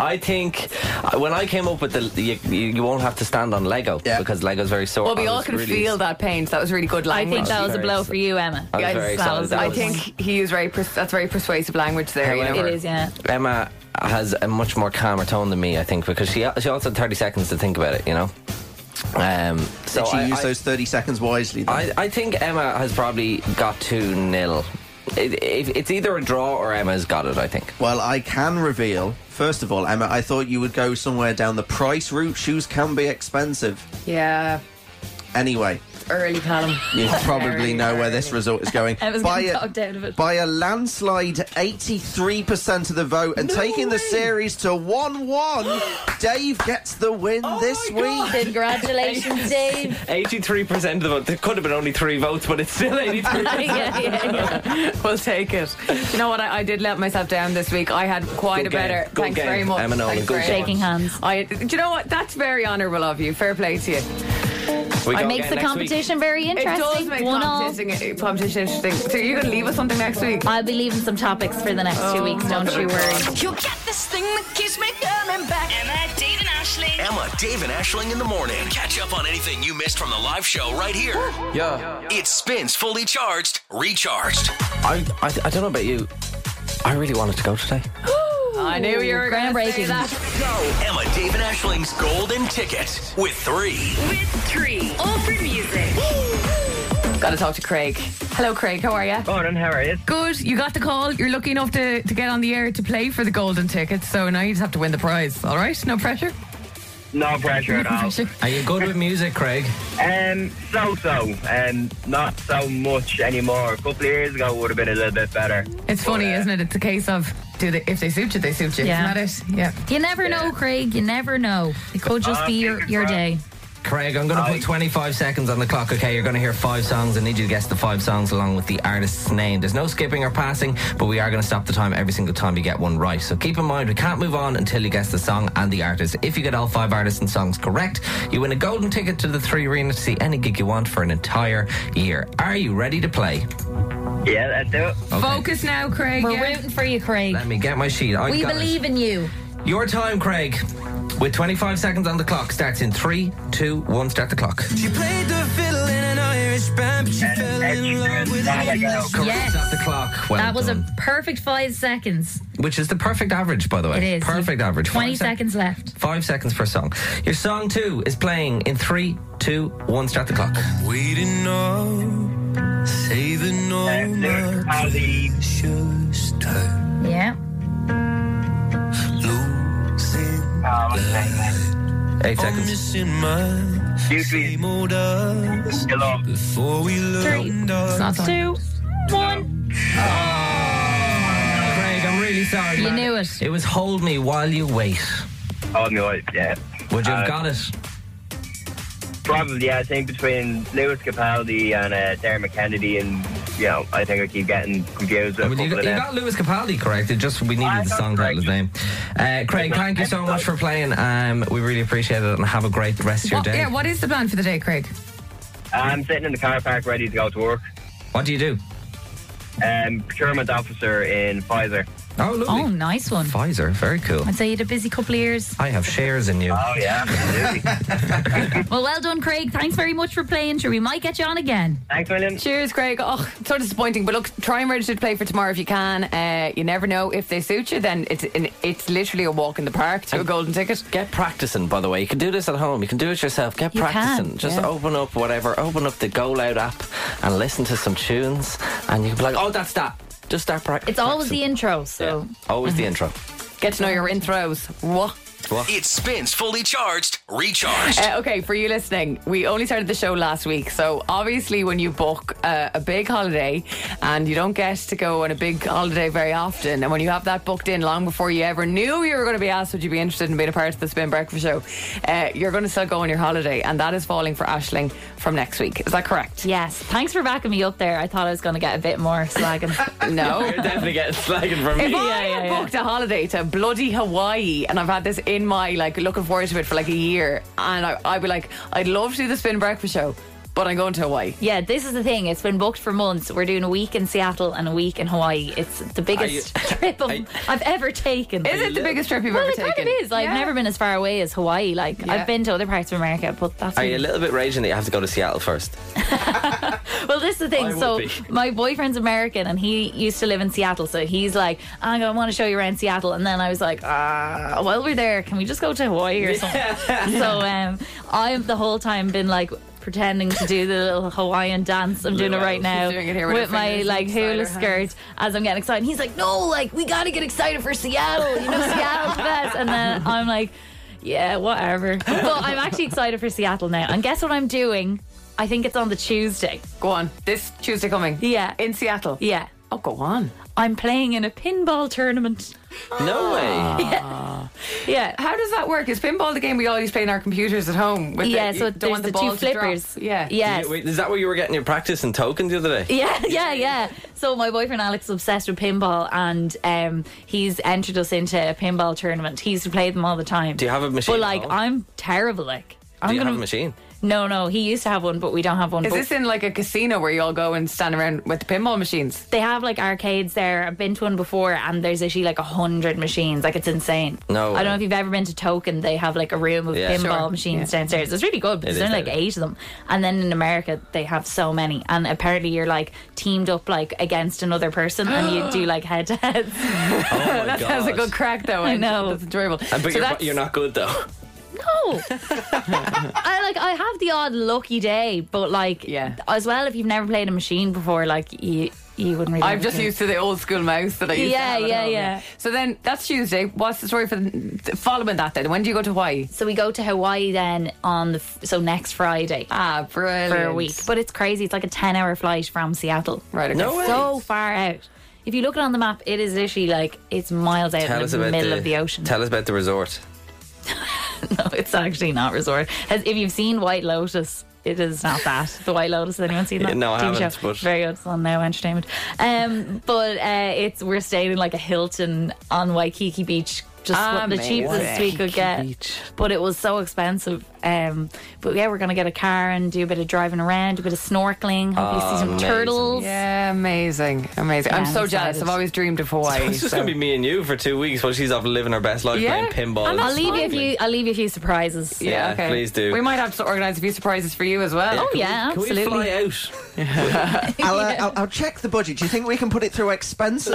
Speaker 4: I think uh, when I came up with the, you, you won't have to stand on Lego
Speaker 11: Yeah.
Speaker 4: because Lego's very sore.
Speaker 5: Well, we
Speaker 4: I
Speaker 5: all
Speaker 4: was
Speaker 5: can
Speaker 4: really-
Speaker 5: feel that pain. So that was really good
Speaker 3: I
Speaker 5: language.
Speaker 3: think that was a
Speaker 4: Very
Speaker 3: blow
Speaker 4: sad.
Speaker 3: for you, Emma.
Speaker 4: I was very
Speaker 3: that
Speaker 4: sad.
Speaker 3: was
Speaker 4: That
Speaker 3: a good
Speaker 5: I
Speaker 4: was-
Speaker 3: one.
Speaker 5: think he used very pers- that's very persuasive language there. You know?
Speaker 3: It is, yeah.
Speaker 4: Emma has a much more calmer tone than me, I think, because she she also had 30 seconds to think about it, you know? Um, so
Speaker 11: Did you
Speaker 4: I,
Speaker 11: use
Speaker 4: I-
Speaker 11: those 30 seconds wisely? Then?
Speaker 4: I, I think Emma has probably got 2 nil. It, it, it's either a draw or Emma's got it, I think.
Speaker 11: Well, I can reveal. First of all, Emma, I thought you would go somewhere down the price route. Shoes can be expensive.
Speaker 5: Yeah,
Speaker 11: Anyway,
Speaker 5: early Callum.
Speaker 11: you probably
Speaker 5: Very,
Speaker 11: know where
Speaker 5: very.
Speaker 11: this result is going.
Speaker 3: I was
Speaker 11: by,
Speaker 3: getting
Speaker 11: a,
Speaker 3: talked out of it.
Speaker 11: by a landslide, 83% of the vote, and taking the series to 1 1, Dave gets the win this week.
Speaker 3: Congratulations, Dave.
Speaker 4: 83% of the vote. There could have been only three votes, but it's still 83%.
Speaker 3: yeah, yeah, yeah.
Speaker 5: We'll take it. You know what? I, I did let myself down this week. I had quite
Speaker 4: Good
Speaker 5: a better.
Speaker 4: game. Good
Speaker 5: thanks
Speaker 4: game,
Speaker 5: very much.
Speaker 4: Emma Nolan.
Speaker 5: Thanks
Speaker 4: Good
Speaker 5: very
Speaker 4: game.
Speaker 3: Shaking
Speaker 5: much.
Speaker 3: hands.
Speaker 5: I, do you know what? That's very honourable of you. Fair play to you.
Speaker 4: We
Speaker 3: It
Speaker 4: go again
Speaker 3: makes the
Speaker 4: next week.
Speaker 3: competition very interesting.
Speaker 5: It does make
Speaker 3: One all.
Speaker 5: competition, uh, competition interesting. So you're going to leave us something next week?
Speaker 3: I'll be leaving some topics for the next
Speaker 4: Oh.
Speaker 3: two weeks, don't you worry.
Speaker 2: You get this thing that keeps me coming back. Emma, Dave, and Ashley.
Speaker 1: Emma, Dave, and Ashling in the morning. Catch up on anything you missed from the live show right here.
Speaker 4: Yeah.
Speaker 1: It spins fully charged, recharged.
Speaker 4: I, I, I don't know about you. I really wanted to go today.
Speaker 5: I knew you were going to say
Speaker 3: Groundbreaking.
Speaker 5: that.
Speaker 1: Emma, Dave, and Ashling's golden ticket with three.
Speaker 2: With three. All for music.
Speaker 5: Got to talk to Craig. Hello, Craig. How are you?
Speaker 12: Morning, how are you?
Speaker 9: Good, you got the call. You're lucky enough to, to get on the air to play for the golden ticket, so now you just have to win the prize. All right, no pressure.
Speaker 12: No pressure at all.
Speaker 4: Are you good with music, Craig?
Speaker 12: Um, so so, um, not so much anymore. A couple of years ago would have been a little bit better.
Speaker 9: It's funny, isn't it? It's a case of do they if they suit you, they suit you.
Speaker 3: Yeah.
Speaker 9: Isn't that it? Yeah.
Speaker 3: You never know, Craig. You never know. It could
Speaker 4: Uh,
Speaker 3: just be your, your day.
Speaker 4: Craig, I'm going to put 25 seconds on the clock, okay? You're going to hear five songs. I need you to guess the five songs along with the artist's name. There's no skipping or passing, but we are going to stop the time every single time you get one right. So keep in mind, we can't move on until you guess the song and the artist. If you get all five artists and songs correct, you win a golden ticket to the Three Arena to see any gig you want for an entire year. Are you ready to play?
Speaker 12: Yeah, let's do it.
Speaker 4: Okay.
Speaker 9: Focus now, Craig.
Speaker 3: We're
Speaker 9: yeah.
Speaker 3: rooting for you, Craig.
Speaker 4: Let me get my sheet. I've
Speaker 3: We
Speaker 4: got it.
Speaker 3: believe in you.
Speaker 4: Your time, Craig, with 25 seconds on the clock, starts in three, two, one. Start the clock.
Speaker 12: Yes.
Speaker 3: Yes.
Speaker 4: Stop the clock. Well
Speaker 3: That was a
Speaker 4: done.
Speaker 3: perfect five seconds.
Speaker 4: which is the perfect average, by the way.
Speaker 3: It is.
Speaker 4: perfect average.
Speaker 3: 20
Speaker 4: Five sec-
Speaker 3: seconds left.
Speaker 4: Five seconds per song. Your song two is playing in three, two, one. Start the clock.
Speaker 1: Waiting on, saving on just time.
Speaker 3: Yeah.
Speaker 1: Losing,
Speaker 12: Oh,
Speaker 4: Eight seconds.
Speaker 1: missing my
Speaker 12: Usually,
Speaker 1: old us
Speaker 12: hello.
Speaker 1: before we
Speaker 3: Three,
Speaker 9: Not so-
Speaker 3: two, one.
Speaker 4: Craig, I'm really sorry.
Speaker 3: You
Speaker 4: man.
Speaker 3: knew it.
Speaker 4: It was "Hold Me While You Wait."
Speaker 12: Hold me right, yeah.
Speaker 4: Would you have
Speaker 12: Uh,
Speaker 4: got it?
Speaker 12: Probably, I think between Lewis Capaldi and uh, Darren McKennedy, and you know, I think I keep getting confused with
Speaker 4: Well,
Speaker 12: a
Speaker 4: you, got,
Speaker 12: couple of
Speaker 4: you
Speaker 12: them.
Speaker 4: got Lewis Capaldi correct. It just we needed
Speaker 12: I
Speaker 4: the
Speaker 12: got
Speaker 4: song title's name. Uh, Craig, thank you so much for playing. Um, we really appreciate it, and have a great rest of your
Speaker 9: What-
Speaker 4: day.
Speaker 9: yeah, what is the plan for the day, Craig?
Speaker 12: I'm sitting in the car park ready to go to work.
Speaker 4: What do you do?
Speaker 12: Um, procurement officer in Pfizer.
Speaker 4: Oh, lovely.
Speaker 3: Oh, nice one.
Speaker 4: Pfizer, very cool.
Speaker 3: I'd say you had a busy couple of years.
Speaker 4: I have shares in you. Oh
Speaker 12: yeah,
Speaker 3: well, well done, Craig. Thanks very much for playing. Sure, we might get you on again.
Speaker 12: Thanks, William.
Speaker 5: Cheers, Craig. Oh, it's so disappointing. But look, try and register to play for tomorrow if you can. Uh, you never know if they suit you. Then it's an, it's literally a walk in the park to a golden ticket.
Speaker 4: Get practicing, by the way. You can do this at home. You can do it yourself. Get
Speaker 5: You can,
Speaker 4: practicing. Just
Speaker 5: yeah.
Speaker 4: open up whatever. Open up the Go Loud app and listen to some tunes. And you can be like, oh, that's that. Just start practicing.
Speaker 3: It's always the intro, so
Speaker 4: Always the intro.
Speaker 5: Get to know your in throws. What?
Speaker 1: It spins fully charged, recharged.
Speaker 5: Uh, okay, for you listening, we only started the show last week. So, obviously, when you book uh, a big holiday and you don't get to go on a big holiday very often, and when you have that booked in long before you ever knew you were going to be asked, would you be interested in being a part of the Spin Breakfast Show? Uh, you're going to still go on your holiday, and that is falling for Ashling from next week. Is that correct?
Speaker 3: Yes. Thanks for backing me up there. I thought I was going to get a bit more slagging.
Speaker 5: No.
Speaker 4: You're definitely getting slagging from
Speaker 5: If
Speaker 4: me.
Speaker 5: I had booked a holiday to bloody Hawaii and I've had this in my like looking forward to it for like a year, and I, I'd be like, I'd love to do the Spin Breakfast Show, but I'm going to Hawaii.
Speaker 3: Yeah, this is the thing. It's been booked for months. We're doing a week in Seattle and a week in Hawaii. It's the biggest trip of, I've ever taken.
Speaker 5: Is it the biggest trip you've
Speaker 3: well,
Speaker 5: ever
Speaker 3: it kind
Speaker 5: taken?
Speaker 3: of is. Like,
Speaker 5: Yeah.
Speaker 3: I've never been as far away as Hawaii. Like,
Speaker 5: Yeah.
Speaker 3: I've been to other parts of America, but that's
Speaker 4: Are you a little bit raging that you have to go to Seattle first?
Speaker 3: Well, this is the
Speaker 4: I
Speaker 3: thing.
Speaker 4: would
Speaker 3: So
Speaker 4: be.
Speaker 3: my boyfriend's American, and he used to live in Seattle. So he's like, "I'm gonna want to show you around Seattle." And then I was like, "Ah, while we're there, can we just go to Hawaii or something?" so um, I've the whole time been like pretending to do the little Hawaiian dance. I'm doing it
Speaker 5: Little
Speaker 3: right
Speaker 5: She's
Speaker 3: now
Speaker 5: doing it here with her
Speaker 3: with my
Speaker 5: fingers
Speaker 3: like
Speaker 5: inside her
Speaker 3: hula skirt as I'm getting excited. And he's like, "No, like we gotta get excited for Seattle. You know, Seattle's the best." And then I'm like. Yeah, whatever. But I'm actually excited for Seattle now. And guess what I'm doing? I think it's on the Tuesday.
Speaker 5: Go on. This Tuesday coming.
Speaker 3: Yeah.
Speaker 5: In Seattle.
Speaker 3: Yeah.
Speaker 5: Oh, go on.
Speaker 3: I'm playing in a pinball tournament.
Speaker 4: No
Speaker 3: Ah.
Speaker 4: way.
Speaker 3: Yeah.
Speaker 5: How does that work? Is pinball the game we always play in our computers at home? With
Speaker 3: Yeah,
Speaker 5: the,
Speaker 3: so
Speaker 5: you don't want
Speaker 3: there's the,
Speaker 5: ball
Speaker 3: two
Speaker 5: to drop?
Speaker 3: flippers.
Speaker 5: Yeah.
Speaker 3: Yes.
Speaker 4: Wait, is that where you were getting your practice and token the other day?
Speaker 3: Yeah, yeah, yeah. So my boyfriend Alex is obsessed with pinball, and um, he's entered us into a pinball tournament. He used to play them all the time.
Speaker 4: Do you have a machine at
Speaker 3: But like,
Speaker 4: home?
Speaker 3: I'm terrible. Like, I'm
Speaker 4: Do you
Speaker 3: gonna
Speaker 4: have a machine?
Speaker 3: no, no. He used to have one, but we don't have one.
Speaker 5: Is
Speaker 3: But
Speaker 5: this in like a casino where you all go and stand around with the pinball machines?
Speaker 3: They have like arcades there. I've been to one before, and there's actually like a hundred machines. Like, it's insane.
Speaker 4: No
Speaker 3: I don't
Speaker 4: way.
Speaker 3: know if you've ever been to Token. They have like a room of
Speaker 4: Yeah.
Speaker 3: pinball
Speaker 5: Sure.
Speaker 3: machines downstairs. It's really good. But
Speaker 4: It
Speaker 3: there's
Speaker 4: is
Speaker 3: only like
Speaker 4: very
Speaker 3: eight of them, and then in America they have so many. And apparently you're like teamed up like against another person, and you do like head to heads.
Speaker 4: Oh my
Speaker 5: that
Speaker 4: god.
Speaker 5: sounds a good crack, though.
Speaker 3: I
Speaker 5: and
Speaker 3: know.
Speaker 5: That's enjoyable.
Speaker 4: And-
Speaker 5: So
Speaker 4: But you're,
Speaker 5: that's-
Speaker 4: you're not good though.
Speaker 3: No, I like I have the odd lucky day, but like
Speaker 5: Yeah.
Speaker 3: as well if you've never played a machine before, like you you wouldn't really.
Speaker 5: I'm
Speaker 3: have
Speaker 5: just
Speaker 3: to.
Speaker 5: used to the old school mouse that I used
Speaker 3: Yeah,
Speaker 5: to have. at
Speaker 3: yeah,
Speaker 5: home.
Speaker 3: yeah.
Speaker 5: So then that's Tuesday. What's the story for the, following that then? When do you go to Hawaii?
Speaker 3: So we go to Hawaii then on the f- so next Friday
Speaker 5: Ah, brilliant.
Speaker 3: for a week, but it's crazy. It's like a ten-hour flight from Seattle.
Speaker 5: Right, okay.
Speaker 4: No way.
Speaker 3: so far out. If you look it on the map, it is literally like it's miles out
Speaker 4: Tell
Speaker 3: in
Speaker 4: us
Speaker 3: the
Speaker 4: about
Speaker 3: middle
Speaker 4: the,
Speaker 3: of the ocean.
Speaker 4: Tell us about the resort.
Speaker 3: no, it's actually not resort. As if you've seen White Lotus, it is not that. The White Lotus. Has anyone seen
Speaker 4: Yeah,
Speaker 3: that?
Speaker 4: no, I
Speaker 3: TV
Speaker 4: haven't,
Speaker 3: Show?
Speaker 4: but-
Speaker 3: Very good. It's on Now Entertainment. Um, but uh, it's we're staying in like a Hilton on Waikiki Beach. Just what the
Speaker 5: Amazing.
Speaker 3: cheapest we could get, but it was so expensive. Um, but yeah, we're gonna get a car and do a bit of driving around, a bit of snorkeling. Hopefully, see some
Speaker 4: Amazing.
Speaker 3: turtles.
Speaker 5: Yeah, amazing, amazing. I'm
Speaker 3: Yeah,
Speaker 5: so
Speaker 3: I'm
Speaker 5: jealous.
Speaker 3: excited.
Speaker 5: I've always dreamed of Hawaii.
Speaker 4: It's just
Speaker 5: so-
Speaker 4: gonna be me and you for two weeks while she's off living her best life
Speaker 5: Yeah.
Speaker 4: playing pinball.
Speaker 5: And
Speaker 3: I'll
Speaker 5: That's
Speaker 3: leave you a
Speaker 5: fine.
Speaker 3: few. I'll leave you a few surprises.
Speaker 4: Yeah, please do.
Speaker 5: We might have to organise a few surprises for you as well.
Speaker 3: Oh yeah,
Speaker 4: Can
Speaker 3: absolutely.
Speaker 4: we fly out?
Speaker 11: I'll, uh, I'll, I'll check the budget. Do you think we can put it through expenses?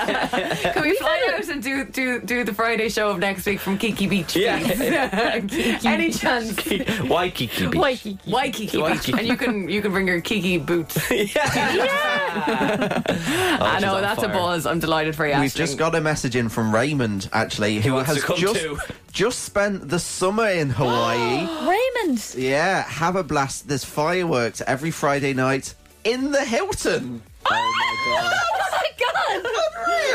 Speaker 5: Can we fly out and do, do do the Friday show of next week from Kiki Beach?
Speaker 4: Yeah.
Speaker 5: please? Any chance?
Speaker 4: Waikiki Beach.
Speaker 3: Waikiki.
Speaker 5: Waikiki Beach.
Speaker 4: Waikiki.
Speaker 5: And you can you can bring your Kiki boots.
Speaker 4: Oh,
Speaker 5: I know that's a
Speaker 4: ball.
Speaker 5: buzz. I'm delighted for you.
Speaker 11: We've just got a message in from Raymond, actually, who
Speaker 4: wants
Speaker 11: has
Speaker 4: to come
Speaker 11: just
Speaker 4: too.
Speaker 11: just spent the summer in Hawaii.
Speaker 3: Raymond.
Speaker 11: yeah, have a blast. There's fireworks every Friday night in the Hilton.
Speaker 3: Oh my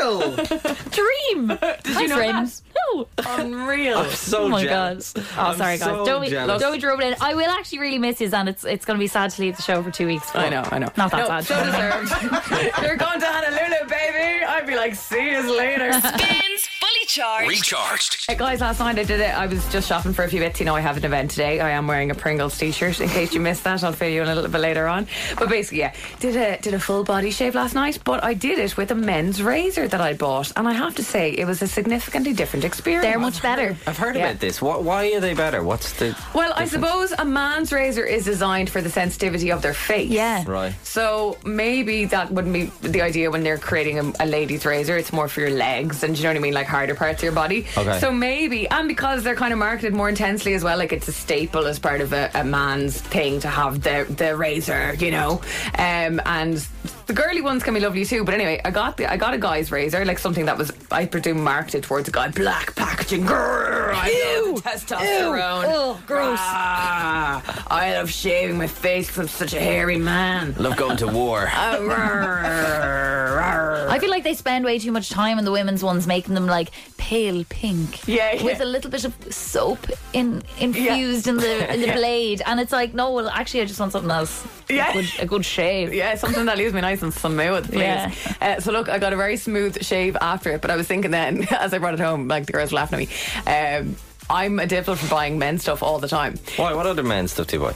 Speaker 5: Oh
Speaker 11: Real.
Speaker 3: god! Dream. Did you
Speaker 5: know
Speaker 3: No.
Speaker 5: unreal.
Speaker 4: So
Speaker 3: oh my
Speaker 4: jealous.
Speaker 3: god. Oh,
Speaker 4: I'm
Speaker 3: sorry guys.
Speaker 4: so
Speaker 3: Joey,
Speaker 4: jealous.
Speaker 3: Joey drove it in. I will actually really miss you, and it's it's going to be sad to leave the show for two weeks.
Speaker 5: I know, I know.
Speaker 3: Not that
Speaker 5: No,
Speaker 3: sad.
Speaker 5: So deserved. You're going to Honolulu, baby. I'd be like, see you later.
Speaker 2: Spins fully
Speaker 13: Recharged.
Speaker 1: Recharged.
Speaker 5: Hey guys, last night I did it. I was just shopping for a few bits. You know, I have an event today. I am wearing a Pringles t-shirt. In case you missed that, I'll fill you in a little bit later on. But basically, yeah, did a did a full body shave last night. But I did it with a men's razor that I bought, and I have to say it was a significantly different experience. They're much better.
Speaker 4: I've heard about this. What, why are they better? What's the.
Speaker 5: Well, I
Speaker 4: difference?
Speaker 5: suppose a man's razor is designed for the sensitivity of their face. Yeah.
Speaker 4: Right.
Speaker 5: So maybe that wouldn't be the idea when they're creating a, a lady's razor. It's more for your legs and do you know what I mean, like harder parts of your body.
Speaker 4: Okay.
Speaker 5: So maybe, and because they're kind of marketed more intensely as well, like it's a staple as part of a, a man's thing to have the the razor, you know. Um, and the girly ones can be lovely too. But anyway, I got the I got a guy's razor, like something that was I presume marketed towards a guy, black packaging. Grrr, I know, the testosterone.
Speaker 14: Ew. Ugh, gross.
Speaker 5: Ah, I love shaving my face because I'm such a hairy man.
Speaker 4: Love going to war.
Speaker 5: Uh,
Speaker 3: I feel like they spend way too much time on the women's ones, making them like pale pink,
Speaker 5: Yeah, yeah.
Speaker 3: with a little bit of soap in, infused in the in the
Speaker 5: Yeah.
Speaker 3: blade, and it's like, no, well, actually, I just want something else.
Speaker 5: Yeah. A good, shave. Yeah, something that leaves me nice and smooth, please.
Speaker 3: Yeah.
Speaker 5: Uh, so, look, I got a very smooth shave after it, but I was thinking then, as I brought it home, like the girls were laughing at me. Um, I'm a devil for buying men's stuff all the time.
Speaker 4: Why? What other men's stuff do you buy?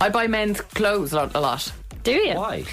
Speaker 5: I buy men's clothes a lot. A lot. Do you?
Speaker 4: Why?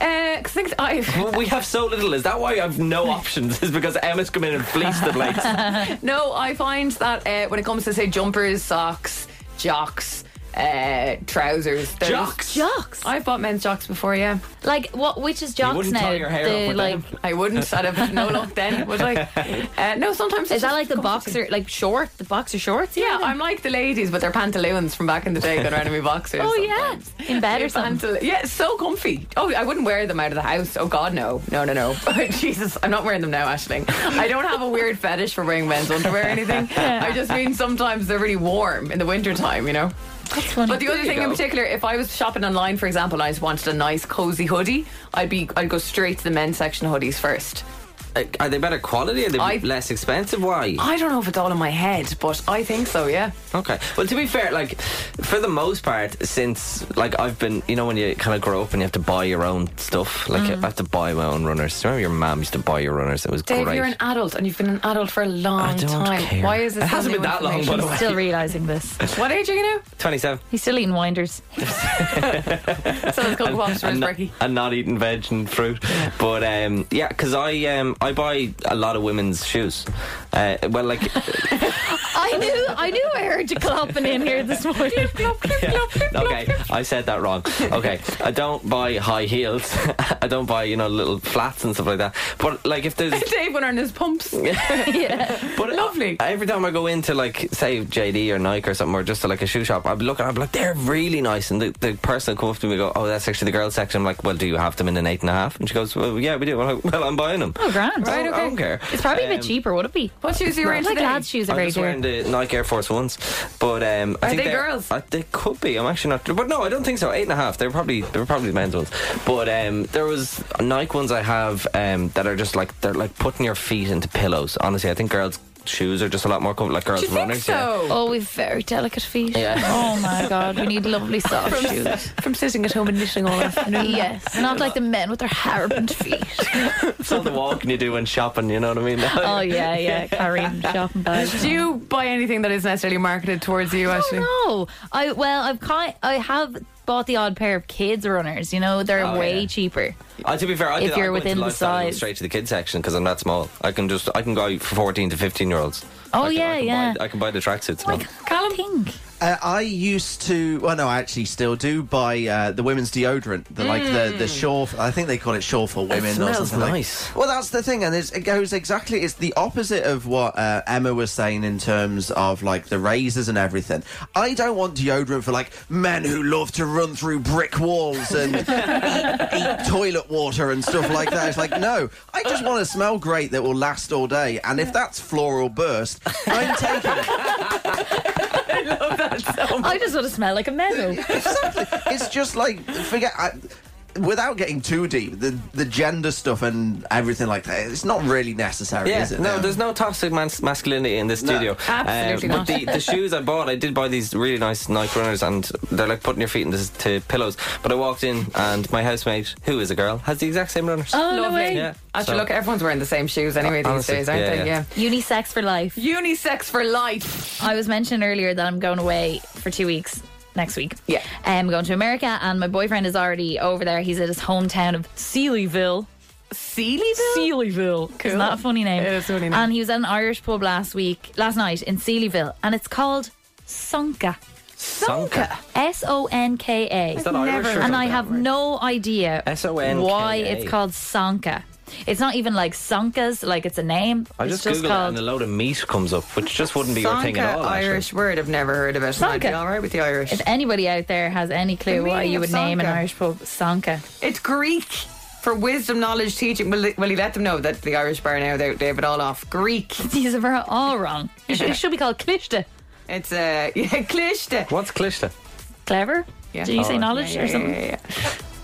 Speaker 5: Uh, 'cause things I've.
Speaker 4: Well, we have so little. Is that why I've no options? Is because Emma's come in and fleeced the place. Uh,
Speaker 5: no, I find that uh, when it comes to say jumpers, socks, jocks, uh, trousers, they're
Speaker 3: Jocks?
Speaker 5: just- I've bought men's jocks before, yeah.
Speaker 3: Like what? Which is jocks
Speaker 5: wouldn't
Speaker 3: now?
Speaker 5: tie your hair up with
Speaker 3: like,
Speaker 5: them. I wouldn't. I'd have no luck then, would I? Uh, no, sometimes
Speaker 3: is that like the boxer, like short, the boxer shorts?
Speaker 5: Yeah, I'm like the ladies with their pantaloons from back in the day that ran in me boxers.
Speaker 3: Oh yeah, in bed or something.
Speaker 5: Pantal- yeah, it's so comfy. Oh, I wouldn't wear them out of the house. Oh God, no, no, no, no. Jesus, I'm not wearing them now, Ashling. I don't have a weird fetish for wearing men's underwear or anything.
Speaker 9: Yeah.
Speaker 5: I just mean sometimes they're really warm in the winter time, you know. That's funny. But the
Speaker 9: There
Speaker 5: other
Speaker 9: you
Speaker 5: thing in
Speaker 9: go.
Speaker 5: particular, if I was shopping online, for example, and I just wanted a nice cozy hoodie, I'd be I'd go straight to the men's section of hoodies first.
Speaker 4: Uh, Are they better quality? Are they
Speaker 5: I-
Speaker 4: less expensive? Why?
Speaker 5: I don't know if it's all in my head, but I think so. Yeah.
Speaker 4: Okay. Well, to be fair, like for the most part, since like I've been, you know, when you kind of grow up and you have to buy your own stuff, like
Speaker 5: Mm.
Speaker 4: I have to buy my own runners. Do you remember your mum used to buy your runners? It was
Speaker 5: Dave,
Speaker 4: great.
Speaker 5: you're an adult and you've been an adult for a long
Speaker 4: don't
Speaker 5: time.
Speaker 4: care.
Speaker 5: Why is this?
Speaker 4: It hasn't
Speaker 5: all new
Speaker 4: been that long, by the
Speaker 5: information?
Speaker 4: way. Still
Speaker 3: realizing this.
Speaker 5: What age are you now?
Speaker 4: Twenty-seven.
Speaker 3: He's still eating winders.
Speaker 5: So let's go pops for his
Speaker 4: and, not,
Speaker 5: brekkie.
Speaker 4: and not eating veg and fruit. But um, yeah, because I um, I buy a lot of women's shoes. Uh, well, like
Speaker 3: I knew, I knew, I heard you clopping in here this morning.
Speaker 4: okay, I said that wrong. Okay, I don't buy high heels. I don't buy you know little flats and stuff like that. But like if there's
Speaker 5: Dave went on his pumps. yeah.
Speaker 4: But lovely. Every time I go into like say JD or Nike or something, or just to, like a shoe shop, I'd be looking. I'd be like, they're really nice. And the, the person will come up to me and go, "Oh, that's actually the girls' section." I'm like, "Well, do you have them in an eight and a half?" And she goes, "Well, yeah, we do." I'm like, well, I'm buying them.
Speaker 3: Oh, grand.
Speaker 4: I don't- I don't care.
Speaker 3: It's probably a
Speaker 4: Um,
Speaker 3: bit cheaper, would it be?
Speaker 5: What shoes are you wearing
Speaker 3: Like
Speaker 5: today?
Speaker 3: lads' shoes are
Speaker 4: I'm
Speaker 3: very
Speaker 4: just
Speaker 3: dear.
Speaker 4: wearing the Nike Air Force Ones, but um, I
Speaker 5: Are
Speaker 4: think
Speaker 5: they
Speaker 4: they're-
Speaker 5: girls?
Speaker 4: I, they could be. I'm actually not, but no, I don't think so. Eight and a half. They were probably they were probably the men's ones, but um, there was Nike ones I have um, that are just like they're like putting your feet into pillows. Honestly, I think girls' shoes are just a lot more comfortable, like girls' runners. Yeah.
Speaker 3: Oh, we've very delicate feet.
Speaker 4: Yeah.
Speaker 3: Oh my god, we need lovely soft
Speaker 5: From-
Speaker 3: shoes.
Speaker 4: Oh,
Speaker 5: From sitting at home and knitting all afternoon.
Speaker 3: Yes, not like the men with their harabaned feet.
Speaker 4: It's all the walking you do when shopping. You know what I mean?
Speaker 3: Oh yeah, yeah, carrying shopping bags.
Speaker 5: Do you buy anything that is necessarily marketed towards you, Ashley?
Speaker 3: No, I well, I've kind, I have bought the odd pair of kids runners. You know, they're
Speaker 4: Oh,
Speaker 3: way
Speaker 4: yeah.
Speaker 3: cheaper.
Speaker 4: I, Uh, to be fair, I
Speaker 3: If
Speaker 4: did,
Speaker 3: you're
Speaker 4: I went to
Speaker 3: within the
Speaker 4: Lifestyle and went
Speaker 3: size.
Speaker 4: straight to the kids section because I'm that small. I can just I can go for 14 to 15 year olds.
Speaker 3: Oh yeah, yeah. Oh
Speaker 4: I can buy the tracksuits. now.
Speaker 3: Callum, think.
Speaker 11: Uh, I used to, well, no, I actually still do buy uh, the women's deodorant, the, like the the
Speaker 4: Mm.
Speaker 11: Shaw. I think they call it Shaw for women.
Speaker 4: smells
Speaker 11: or something
Speaker 4: nice.
Speaker 11: Like. Well, that's the thing, and it's, it goes exactly. It's the opposite of what uh, Emma was saying in terms of like the razors and everything. I don't want deodorant for like men who love to run through brick walls and eat, eat toilet water and stuff like that. It's like no, I just want to smell great that will last all day, and if that's floral burst, I'm taking.
Speaker 3: I just want to smell like a mezzo.
Speaker 11: Exactly. It's just like forget. I, without getting too deep, the the gender stuff and everything like that, it's not really necessary,
Speaker 4: Yeah,
Speaker 11: is it?
Speaker 4: no, there's no toxic mas- masculinity in this studio. Um,
Speaker 11: absolutely
Speaker 4: but
Speaker 11: not.
Speaker 4: The, the shoes I bought, I did buy these really nice Nike runners, and they're like putting your feet into to pillows. But I walked in, and my housemate, who is a girl, has the exact same runners.
Speaker 3: Oh,
Speaker 5: Lovely.
Speaker 4: Yeah,
Speaker 5: Actually,
Speaker 4: so- Uh,
Speaker 5: look, everyone's wearing the same shoes anyway these
Speaker 4: Honestly,
Speaker 5: days, aren't
Speaker 4: yeah,
Speaker 5: they?
Speaker 4: yeah.
Speaker 5: Yeah.
Speaker 3: Unisex for life.
Speaker 5: Unisex for life.
Speaker 3: I was mentioning earlier that I'm going away for two weeks next week. Yeah. I'm going to America, and my boyfriend is already over there. He's at his hometown of Sealyville.
Speaker 5: Sealyville?
Speaker 3: Sealyville. Cool. Isn't that a funny name?
Speaker 5: It is a funny name.
Speaker 3: And he was at an Irish pub last week, last night in Sealyville, and it's called Sonka.
Speaker 4: Sonka.
Speaker 3: S O N K A.
Speaker 4: Is that Irish or
Speaker 3: And I
Speaker 4: something?
Speaker 3: have no idea
Speaker 4: S-O-N-K-A.
Speaker 3: why it's called Sonka. It's not even like Sonkas, like it's a name.
Speaker 4: I
Speaker 3: it's
Speaker 4: just, googled it,
Speaker 3: called
Speaker 4: and a load of meat comes up, which just wouldn't be your thing at
Speaker 5: Sonka,
Speaker 4: all. actually.
Speaker 5: Irish word. I've never heard of it. Sonka. I'd be
Speaker 3: Sonka.
Speaker 5: all right with the Irish.
Speaker 3: If anybody out there has any clue
Speaker 5: The
Speaker 3: why
Speaker 5: meaning
Speaker 3: you
Speaker 5: of
Speaker 3: would name an
Speaker 5: Sanka.
Speaker 3: Irish pub Sanka,
Speaker 5: It's Greek for wisdom, knowledge, teaching. Will, they- will he let them know that the Irish bar now they, they have it all off? Greek.
Speaker 3: these are all wrong. It should, it should be called Klishta.
Speaker 5: It's uh, yeah, klishta.
Speaker 4: What's klishta?
Speaker 3: Clever?
Speaker 5: Yeah.
Speaker 3: Did you say
Speaker 4: Oh,
Speaker 3: knowledge
Speaker 4: yeah,
Speaker 3: or
Speaker 4: yeah,
Speaker 3: something?
Speaker 4: yeah,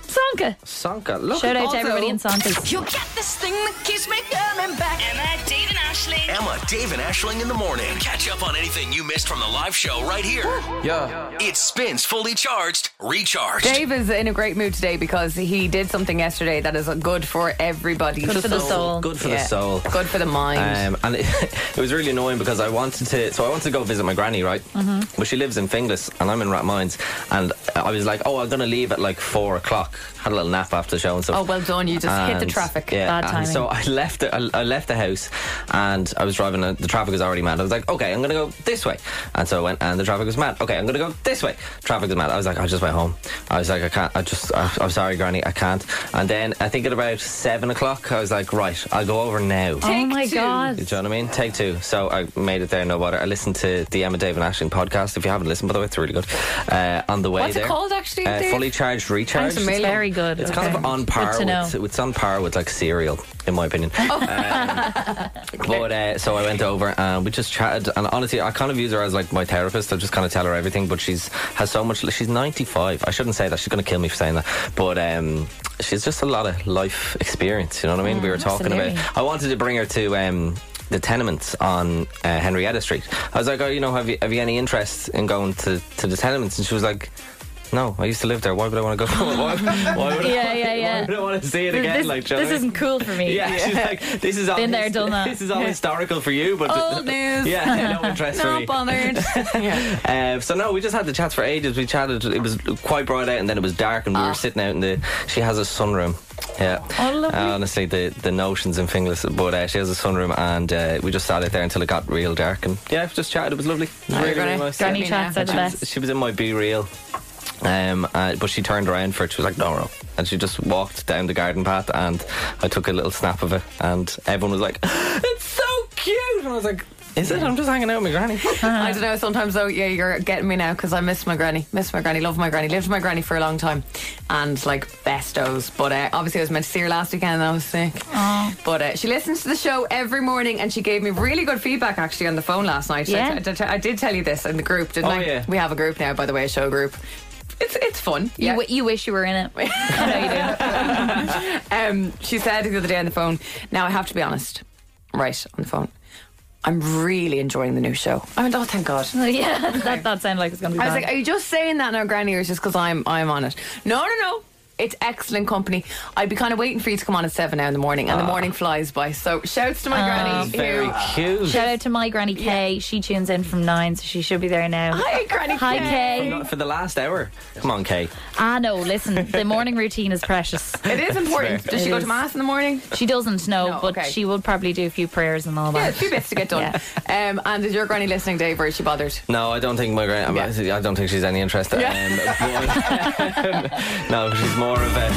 Speaker 3: Sanka.
Speaker 4: Sonka. Look,
Speaker 3: Shout out
Speaker 4: also-
Speaker 3: to everybody in Sankas.
Speaker 2: You get this thing that keeps me coming back. Emma, Dave, and Ashley.
Speaker 1: Emma, Dave, and Ashling in the morning. Catch up on anything you missed from the live show right here.
Speaker 4: Yeah.
Speaker 1: It spins fully charged, recharged.
Speaker 5: Dave is in a great mood today because he did something yesterday that is good for everybody.
Speaker 3: Good for the soul.
Speaker 4: Good for
Speaker 5: Yeah.
Speaker 4: the soul.
Speaker 5: Good for the mind.
Speaker 4: Um, and it, it was really annoying because I wanted to, so I wanted to go visit my granny, right? Mm-hmm. But she lives in Finglas and I'm in Rathmines. And I was like, oh, I'm going to leave at like four o'clock. Had a little nap after the show and stuff.
Speaker 5: oh, well done. You just hit the
Speaker 4: And-
Speaker 5: traffic.
Speaker 4: Yeah,
Speaker 3: Bad
Speaker 4: and
Speaker 3: timing.
Speaker 4: So I left. The, I, I left the house, and I was driving. And the traffic was already mad. I was like, okay, I'm gonna go this way. And so I went, and the traffic was mad. Okay, I'm gonna go this way. Traffic was mad. I was like, I just went home. I was like, I can't. I just. I, I'm sorry, Granny. I can't. And then I think at about seven o'clock, I was like, right, I'll go over now.
Speaker 3: oh my
Speaker 5: two.
Speaker 3: god.
Speaker 4: Do you know what I mean? Take two. So I made it there, no bother. I listened to the Emma Dave and Ashling podcast. If you haven't listened, by the way, it's really good. Uh, on the way
Speaker 5: What's
Speaker 4: there,
Speaker 5: it called, actually,
Speaker 4: Uh,
Speaker 5: Dave?
Speaker 4: fully charged, recharged.
Speaker 5: Thanks a million.
Speaker 3: Very good.
Speaker 4: It's
Speaker 3: Okay.
Speaker 4: kind of on par
Speaker 3: Good to know.
Speaker 4: with it's on par with like cereal, in my opinion. Um, but uh, so I went over and we just chatted, and honestly, I kind of use her as like my therapist. I just kind of tell her everything, but she's has so much. She's ninety five. I shouldn't say that. She's going to kill me for saying that, but. um She's just a lot of life experience, you know what I mean? we were talking
Speaker 3: Mm, absolutely.
Speaker 4: about. I wanted to bring her to um, the tenements on uh, Henrietta Street. I was like, oh, you know, have you, have you any interest in going to, to the tenements? And she was like, no, I used to live there. Why would I want to go? why, why would I-
Speaker 3: Yeah, yeah, yeah.
Speaker 4: why would I want to see it again?
Speaker 3: this
Speaker 4: like, do you know
Speaker 3: this
Speaker 4: what I mean?
Speaker 3: isn't cool for me.
Speaker 4: Yeah, she's like, this is all
Speaker 3: Been there,
Speaker 4: hist-
Speaker 3: done that. Oh,
Speaker 4: This is all historical for you, but
Speaker 5: Old news.
Speaker 4: Yeah, no interest for me.
Speaker 5: Not bothered. yeah.
Speaker 4: Uh, so no, we just had the chats for ages. We chatted. It was quite bright out, and then it was dark, and we were sitting out in the. She has a sunroom. Yeah.
Speaker 3: Ah. Oh, lovely.
Speaker 4: Honestly, the the notions in Finglas, but uh, she has a sunroom, and uh, we just sat out there until it got real dark, and yeah, we just chatted. It was lovely. It was
Speaker 5: Are you
Speaker 4: really,
Speaker 5: gonna-
Speaker 4: really nice.
Speaker 3: Granny
Speaker 5: Yeah.
Speaker 3: chats are the
Speaker 4: She was-
Speaker 3: best.
Speaker 4: She was in my be real. Um, uh, but she turned around for it. She was like, "No, no," and she just walked down the garden path, and I took a little snap of it, and everyone was like, "It's so cute!" And I was like, "Is it? I'm just hanging out with my granny."
Speaker 3: Uh-huh.
Speaker 5: I don't know. Sometimes though, yeah, you're getting me now because I miss my granny. Miss my granny. Love my granny. Lived with my granny for a long time, and like bestos. But uh, obviously, I was meant to see her last weekend, and I was sick. But uh, she listens to the show every morning, and she gave me really good feedback actually on the phone last night. So I
Speaker 3: Yeah.
Speaker 5: t- I t- I did tell you this in the group, didn't
Speaker 4: Oh,
Speaker 5: I?
Speaker 4: yeah.
Speaker 5: We have a group now, by the way, a show group. It's it's fun.
Speaker 3: You, w- you wish you were in it. I know you do.
Speaker 5: Um, she said the other day on the phone, now I have to be honest, right, on the phone, I'm really enjoying the new show. I went, oh, thank God.
Speaker 3: Oh, yeah, that, that sounded like it's going to be
Speaker 5: I was
Speaker 3: bad.
Speaker 5: like, are you just saying that now, Granny, or is just because I'm, I'm on it? No, no, no. It's excellent company. I'd be kind of waiting for you to come on at seven now in the morning, and the morning flies by. So shouts to my granny.
Speaker 4: Very
Speaker 5: who-
Speaker 4: cute.
Speaker 3: Shout out to my Granny Kay. She tunes in from nine, so she should be there now.
Speaker 5: Hi, Granny.
Speaker 3: Hi, Kay.
Speaker 4: Not for the last hour. Come on, Kay.
Speaker 3: Ah, no, listen, the morning routine is precious.
Speaker 5: It is important. Does she
Speaker 3: It
Speaker 5: go
Speaker 3: is.
Speaker 5: to mass in the morning?
Speaker 3: She doesn't know,
Speaker 5: No,
Speaker 3: but
Speaker 5: okay.
Speaker 3: she will probably do a few prayers and all
Speaker 5: Yeah, a
Speaker 3: that.
Speaker 5: few bits to get done. Um, and is your granny listening, Dave, or is she bothered?
Speaker 4: No, I don't think my grand. I don't think she's any interest. Um, but- no, she's more of a.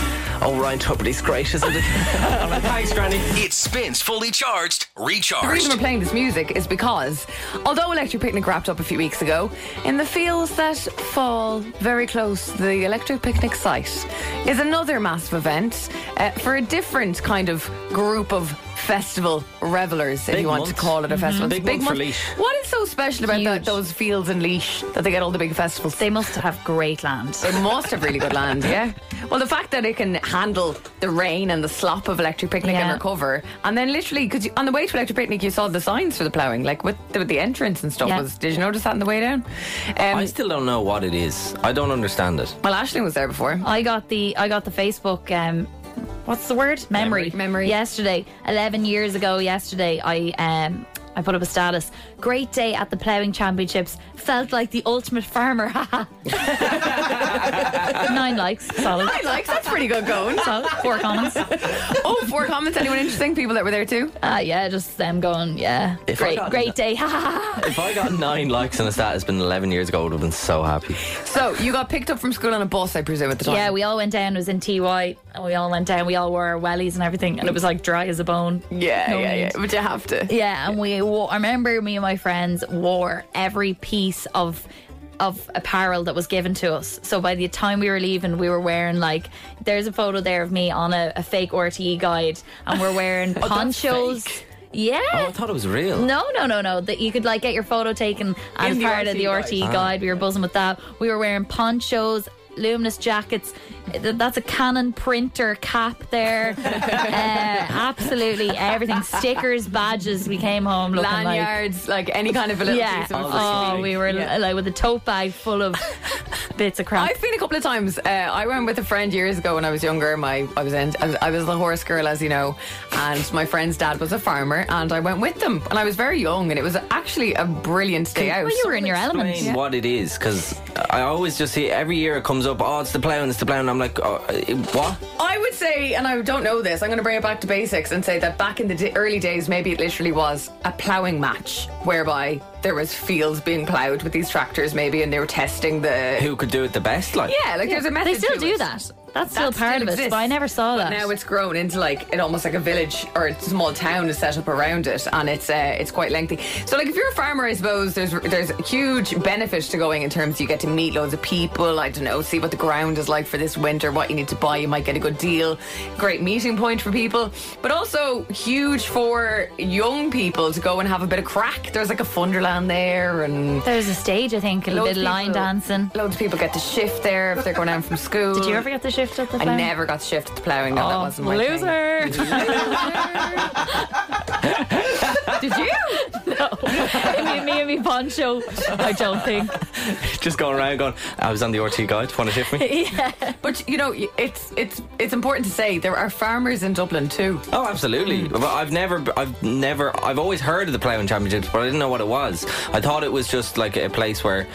Speaker 4: Oh, Ryan Tuberty's great, isn't it? I'm like, Thanks, Granny.
Speaker 1: It spins fully charged,
Speaker 5: The reason
Speaker 1: recharged.
Speaker 5: we're playing this music is because, although Electric Picnic wrapped up a few weeks ago, in the fields that fall very close to the Electric Picnic site is another massive event uh, for a different kind of group of festival revelers, if
Speaker 4: Big
Speaker 5: you want
Speaker 4: month.
Speaker 5: to call it a
Speaker 4: Mhm.
Speaker 5: festival. It's
Speaker 4: Big month for Leash.
Speaker 5: What is so special about that, those fields in Leash that they get all the big festivals? They
Speaker 3: must have great land.
Speaker 5: They must have really good land, yeah. Well, the fact that it can handle the rain and the slop of Electric Picnic and
Speaker 3: Yeah.
Speaker 5: recover, and then literally, because on the way to Electric Picnic, you saw the signs for the ploughing, like with the, with the entrance and stuff.
Speaker 4: Yeah.
Speaker 5: Was did you notice that on the way down? Um,
Speaker 4: I still don't know what it is. I don't understand it.
Speaker 5: Well, Ashley was there before.
Speaker 3: I got the I got the Facebook. Um, what's the word? Memory. Memory. Yesterday, eleven years ago. Yesterday, I um. I put up a status. Great day at the ploughing championships. Felt like the ultimate farmer. haha." Nine likes. Solid.
Speaker 5: Nine likes. That's pretty good going.
Speaker 3: Solid. Four comments.
Speaker 5: Oh, four comments. Anyone interesting? People that were there too?
Speaker 3: Uh, yeah, just them going. Yeah.
Speaker 4: If I
Speaker 3: great.
Speaker 4: got-
Speaker 3: Great day. Ha ha ha.
Speaker 4: If I got nine likes on a stat, it's been 11 years ago, I would have been so happy.
Speaker 5: So you got picked up from school on a bus, I presume, at the time.
Speaker 3: Yeah, we all went down. It was in TY, and we all went down. We all wore our wellies and everything, and it was like dry as a bone.
Speaker 5: Yeah, yeah, yeah. But you have to.
Speaker 3: Yeah, and we. Wore, I remember me and my friends wore every piece of of apparel that was given to us. So by the time we were leaving, we were wearing like there's a photo there of me on a, a fake RTE guide, and we're wearing ponchos. Yeah.
Speaker 4: Oh, I thought it was real.
Speaker 3: No, no, no, no. That you could like get your photo taken as
Speaker 4: In the
Speaker 3: part of the
Speaker 4: RTE
Speaker 3: RTE
Speaker 4: guide.
Speaker 3: guide. We were buzzing with that. We were wearing ponchos, luminous jackets. Th- That's a Canon printer cap there. uh, absolutely everything. Stickers, badges. We came home looking like-
Speaker 5: Lanyards, like, any kind of a little
Speaker 3: yeah.
Speaker 5: piece of
Speaker 3: oh,
Speaker 5: clothing.
Speaker 3: we were
Speaker 5: Yeah.
Speaker 3: like with a tote bag full of bits of crap.
Speaker 5: I've been a couple of times. Uh, I went with a friend years ago when I was younger. My I was in, I was, I was the horse girl, as you know, and my friend's dad was a farmer, and I went with them. And I was very young, and it was actually a brilliant day out.
Speaker 3: Well, you were in your element.
Speaker 4: explain what it is because I always just see every year it comes up. Oh, it's the plough and it's the plough, and I'm like, oh, it- what?
Speaker 5: I would say, and I don't know this, I'm going to bring it back to basics and say that back in the d- early days, maybe it literally was a ploughing match whereby there was fields being ploughed with these tractors, maybe, and they were testing the.
Speaker 4: Who could do it the best? Like,
Speaker 5: Yeah, like there's
Speaker 3: They
Speaker 5: a method
Speaker 3: still
Speaker 5: to
Speaker 3: do
Speaker 5: it.
Speaker 3: that. That's still
Speaker 5: That
Speaker 3: part
Speaker 5: still
Speaker 3: of it,
Speaker 5: exists.
Speaker 3: but I never saw
Speaker 5: But
Speaker 3: that.
Speaker 5: now it's grown into like it almost like a village or a small town is set up around it, and it's uh, it's quite lengthy. So like if you're a farmer, I suppose there's there's a huge benefit to going in terms you get to meet loads of people. I don't know, see what the ground is like for this winter, what you need to buy, you might get a good deal. Great meeting point for people, but also huge for young people to go and have a bit of crack. There's like a Funderland there, and
Speaker 3: there's a stage, I think, a
Speaker 5: Loads
Speaker 3: bit of
Speaker 5: of
Speaker 3: line
Speaker 5: people-
Speaker 3: dancing.
Speaker 5: Loads of people get to shift there if they're going down from school.
Speaker 3: Did you ever get the shift at the
Speaker 5: I
Speaker 3: farm?
Speaker 5: never got shifted to ploughing. No, that
Speaker 3: Oh,
Speaker 5: wasn't my thing.
Speaker 3: loser.
Speaker 5: Did you?
Speaker 3: no. me, me and me poncho. I don't think.
Speaker 4: just going around going, I was on the RT guide. Want to shift me?
Speaker 3: yeah.
Speaker 5: But you know, it's it's it's important to say there are farmers in Dublin too.
Speaker 4: Oh, absolutely.
Speaker 5: Mm.
Speaker 4: But I've never, I've never, I've always heard of the ploughing championships, but I didn't know what it was. I thought it was just like a place where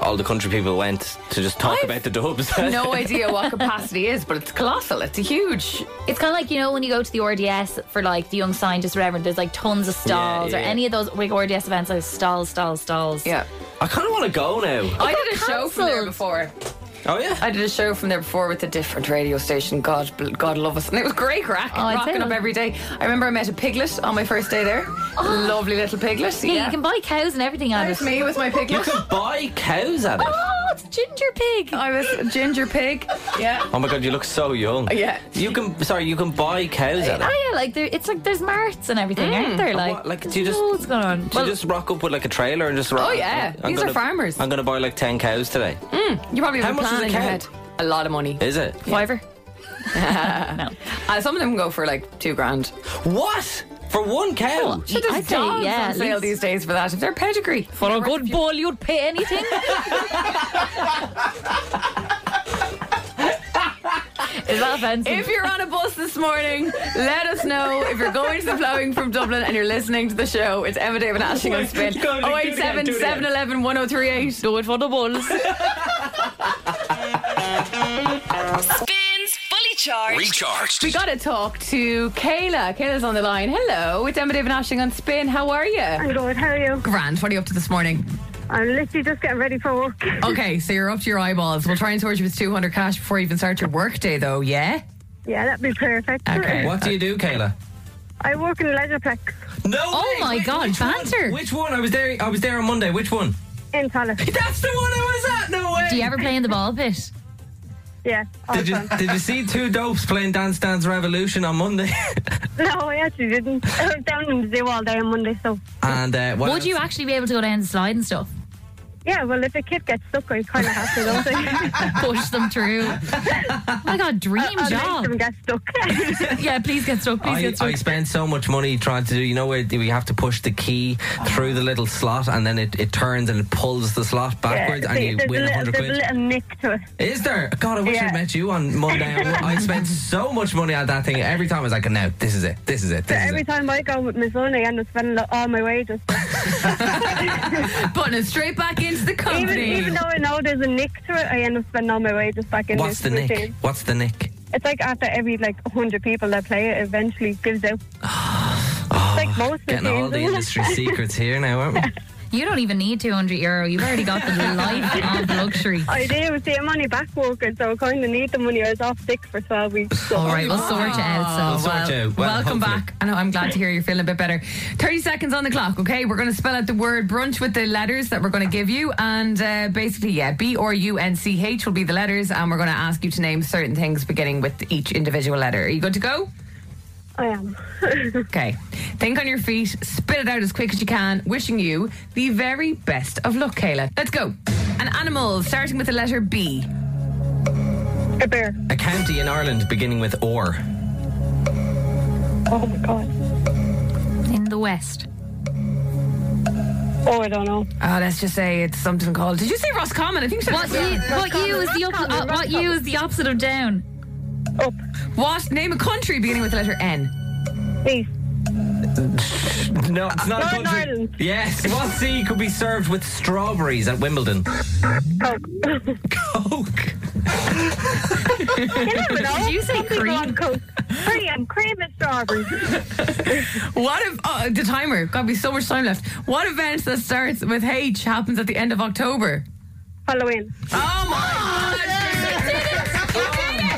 Speaker 4: all the country people went to just talk about the dubs.
Speaker 5: No idea what capacity is, but it's colossal. It's a huge.
Speaker 3: It's kind of like you know when you go to the RDS for like the young scientist, whatever. There's like tons of stalls
Speaker 4: Yeah, yeah,
Speaker 3: or any of those big RDS events, like stalls, stalls, stalls.
Speaker 5: Yeah.
Speaker 4: I kind of want to go now.
Speaker 5: I did a show from there before.
Speaker 4: Oh yeah.
Speaker 5: I did a show from there before with a different radio station. God, bl- God love us, and it was great crack,
Speaker 3: Oh, I'd say
Speaker 5: rocking up
Speaker 3: that.
Speaker 5: every day. I remember I met a piglet on my first day there. Lovely little piglet.
Speaker 3: Yeah,
Speaker 5: Oh. Yeah,
Speaker 3: you can buy cows and everything out
Speaker 5: That
Speaker 3: of
Speaker 5: was me with my piglet.
Speaker 4: Buy cows at it.
Speaker 3: Oh, it's a ginger pig.
Speaker 5: I was a ginger pig. Yeah.
Speaker 4: Oh my god, you look so young.
Speaker 5: Yeah.
Speaker 4: You can, sorry, you can buy cows at it.
Speaker 3: Oh yeah, like there, it's like there's marts and everything, aren't there?
Speaker 4: And
Speaker 3: Like,
Speaker 4: what, Mm. like, do you
Speaker 3: there's
Speaker 4: just-
Speaker 3: loads going on.
Speaker 4: Do you just rock up with like a trailer and just rock?
Speaker 5: Oh, yeah. These are
Speaker 4: gonna-
Speaker 5: farmers.
Speaker 4: I'm going to buy like 10 cows today.
Speaker 5: You probably
Speaker 4: How
Speaker 5: have a
Speaker 4: much
Speaker 5: plan
Speaker 4: is a
Speaker 5: in your
Speaker 4: cow?
Speaker 5: head. A lot of money.
Speaker 4: Is it?
Speaker 3: Fiverr.
Speaker 5: Uh, some of them go for like two grand.
Speaker 4: What? For one cow?
Speaker 5: Sure,
Speaker 3: I'd
Speaker 5: there's
Speaker 3: say,
Speaker 5: dogs
Speaker 3: yeah,
Speaker 5: on
Speaker 3: at
Speaker 5: sale
Speaker 3: least.
Speaker 5: these days for that. If they're pedigree,
Speaker 3: For a good ball, you'd pay anything. Is that offensive?
Speaker 5: If you're on a bus this morning, let us know. If you're going to the ploughing from Dublin and you're listening to the show, it's Emma David Ashing on Spin.
Speaker 4: God, do it again,
Speaker 5: 087
Speaker 4: do it again.
Speaker 5: 711 1038. Do it for the bulls.
Speaker 2: Spins fully charged.
Speaker 1: Recharged.
Speaker 5: We got to talk to Kayla. Kayla's on the line. Hello, it's Emma David Ashing on Spin. How are you?
Speaker 8: I'm good. How are you?
Speaker 9: Grand, what are you up to this morning?
Speaker 8: I'm literally just getting ready for work.
Speaker 9: Okay, so you're up to your eyeballs. We'll try and sort you with 200 cash before you even start your workday, though, yeah?
Speaker 8: Yeah, that'd be perfect.
Speaker 9: Okay.
Speaker 4: What do you do, Kayla?
Speaker 8: I work in Leisureplex
Speaker 4: No.
Speaker 3: Oh my god, banter.
Speaker 4: Which one? I was there. I was there on Monday. Which one?
Speaker 8: in Palace.
Speaker 4: That's the one I was at. No way.
Speaker 3: Do you ever play in the ball pit?
Speaker 9: Yeah. all
Speaker 4: Did you
Speaker 9: fun.
Speaker 4: did you see two dopes playing Dance Dance Revolution on Monday?
Speaker 9: No, I actually didn't. I was down in the zoo all day on Monday, so
Speaker 4: and uh, what
Speaker 3: Would you actually be able to go down the slide and stuff?
Speaker 9: yeah. Well, if a kid gets stuck, I kind of have to, don't I?
Speaker 3: Push them through. oh my god, dream
Speaker 9: I'll
Speaker 3: job.
Speaker 9: Make them get stuck.
Speaker 3: yeah, please get stuck. Please
Speaker 4: I,
Speaker 3: get
Speaker 4: I
Speaker 3: stuck.
Speaker 4: spend so much money trying to do, you know, where we have to push the key through the little slot and then it, it turns and it pulls the slot backwards and
Speaker 9: See,
Speaker 4: you
Speaker 9: there's
Speaker 4: win
Speaker 9: a little,
Speaker 4: 100
Speaker 9: there's
Speaker 4: quid.
Speaker 9: a little nick to it.
Speaker 4: Is there? God, I wish
Speaker 9: Yeah.
Speaker 4: I'd met you on Monday. I w- I spent so much money on that thing. Every time I was like, no, this is it. This is it.
Speaker 9: So
Speaker 4: This is
Speaker 9: every
Speaker 4: it.
Speaker 9: time I go with my son, I end up spending like, all my wages.
Speaker 5: Putting it straight back into the
Speaker 4: Oh,
Speaker 9: Even,
Speaker 5: company.
Speaker 9: even though I know there's a nick to it, I end up spending all my wages back in
Speaker 4: What's the
Speaker 9: this
Speaker 4: nick?
Speaker 9: machine.
Speaker 4: What's the nick?
Speaker 9: It's like after every like 100 people that play it, eventually gives out. It's like most
Speaker 4: Oh, Getting all
Speaker 9: machines,
Speaker 4: the
Speaker 9: isn't it?
Speaker 4: industry secrets here now, aren't we?
Speaker 3: You don't even need 200 euro. You've already got the life of luxury.
Speaker 9: I do. See, I'm only back working, so I kind of need the money. I was off sick for 12 weeks. So
Speaker 3: All right, we'll sort you out.
Speaker 4: We'll
Speaker 3: So,
Speaker 4: sort you out. Well,
Speaker 5: Welcome
Speaker 4: hopefully.
Speaker 5: back. I know I'm glad to hear you're feeling a bit better. 30 seconds on the clock, okay? We're going to spell out the word brunch with the letters that we're going to give you. And uh, basically, yeah, B or U N C H will be the letters. And we're going to ask you to name certain things beginning with each individual letter. Are you good to go?
Speaker 9: I am.
Speaker 5: Okay. Think on your feet, spit it out as quick as you can. Wishing you the very best of luck, Kayla. Let's go. An animal starting with the letter B.
Speaker 9: A bear.
Speaker 4: A county in Ireland beginning with Or.
Speaker 9: Oh my god.
Speaker 3: in the West,
Speaker 9: Oh, I don't know.
Speaker 5: Oh, let's just say it's something called. Did you say Roscommon? I think you said
Speaker 3: what you, what you is the opposite? Uh, what you is the opposite of down?
Speaker 9: Up.
Speaker 5: What? Name a country beginning with the letter N.
Speaker 9: East.
Speaker 4: No, it's not a
Speaker 9: Northern
Speaker 4: country.
Speaker 9: Ireland.
Speaker 4: Yes, what sea could be served with strawberries at Wimbledon?
Speaker 9: Coke.
Speaker 4: Coke.
Speaker 3: Did you say cream?
Speaker 9: Coke. Cream. Cream and strawberries.
Speaker 5: What if oh, the timer? Got be so much time left. What event that starts with H happens at the end of October?
Speaker 9: Halloween.
Speaker 5: Oh my god!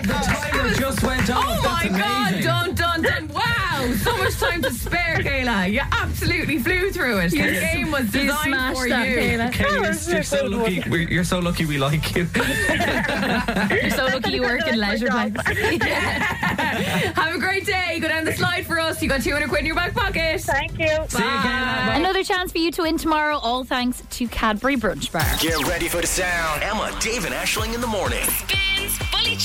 Speaker 4: The timer just went off.
Speaker 5: Oh my
Speaker 4: That's
Speaker 5: god!
Speaker 4: amazing.
Speaker 5: Done, done, done! Wow! So much time to spare, Kayla. You absolutely flew through it. The game was
Speaker 3: You
Speaker 5: designed
Speaker 3: smashed
Speaker 5: for
Speaker 3: that,
Speaker 5: you.
Speaker 3: Kayla.
Speaker 9: Ah,
Speaker 4: Kelly, you're, you're so lucky. We're, you're so lucky we like you.
Speaker 3: You're so lucky you work in leisure parks.
Speaker 5: Have a great day. Go down the slide for us. You got 200 quid in your back pocket.
Speaker 9: Thank you.
Speaker 4: See you
Speaker 5: Uh,
Speaker 4: again.
Speaker 3: Another chance for you to win tomorrow, all thanks to Cadbury Brunch Bar.
Speaker 1: Get ready for the sound. Emma, Dave, and Ashling in the morning.
Speaker 15: Spins fully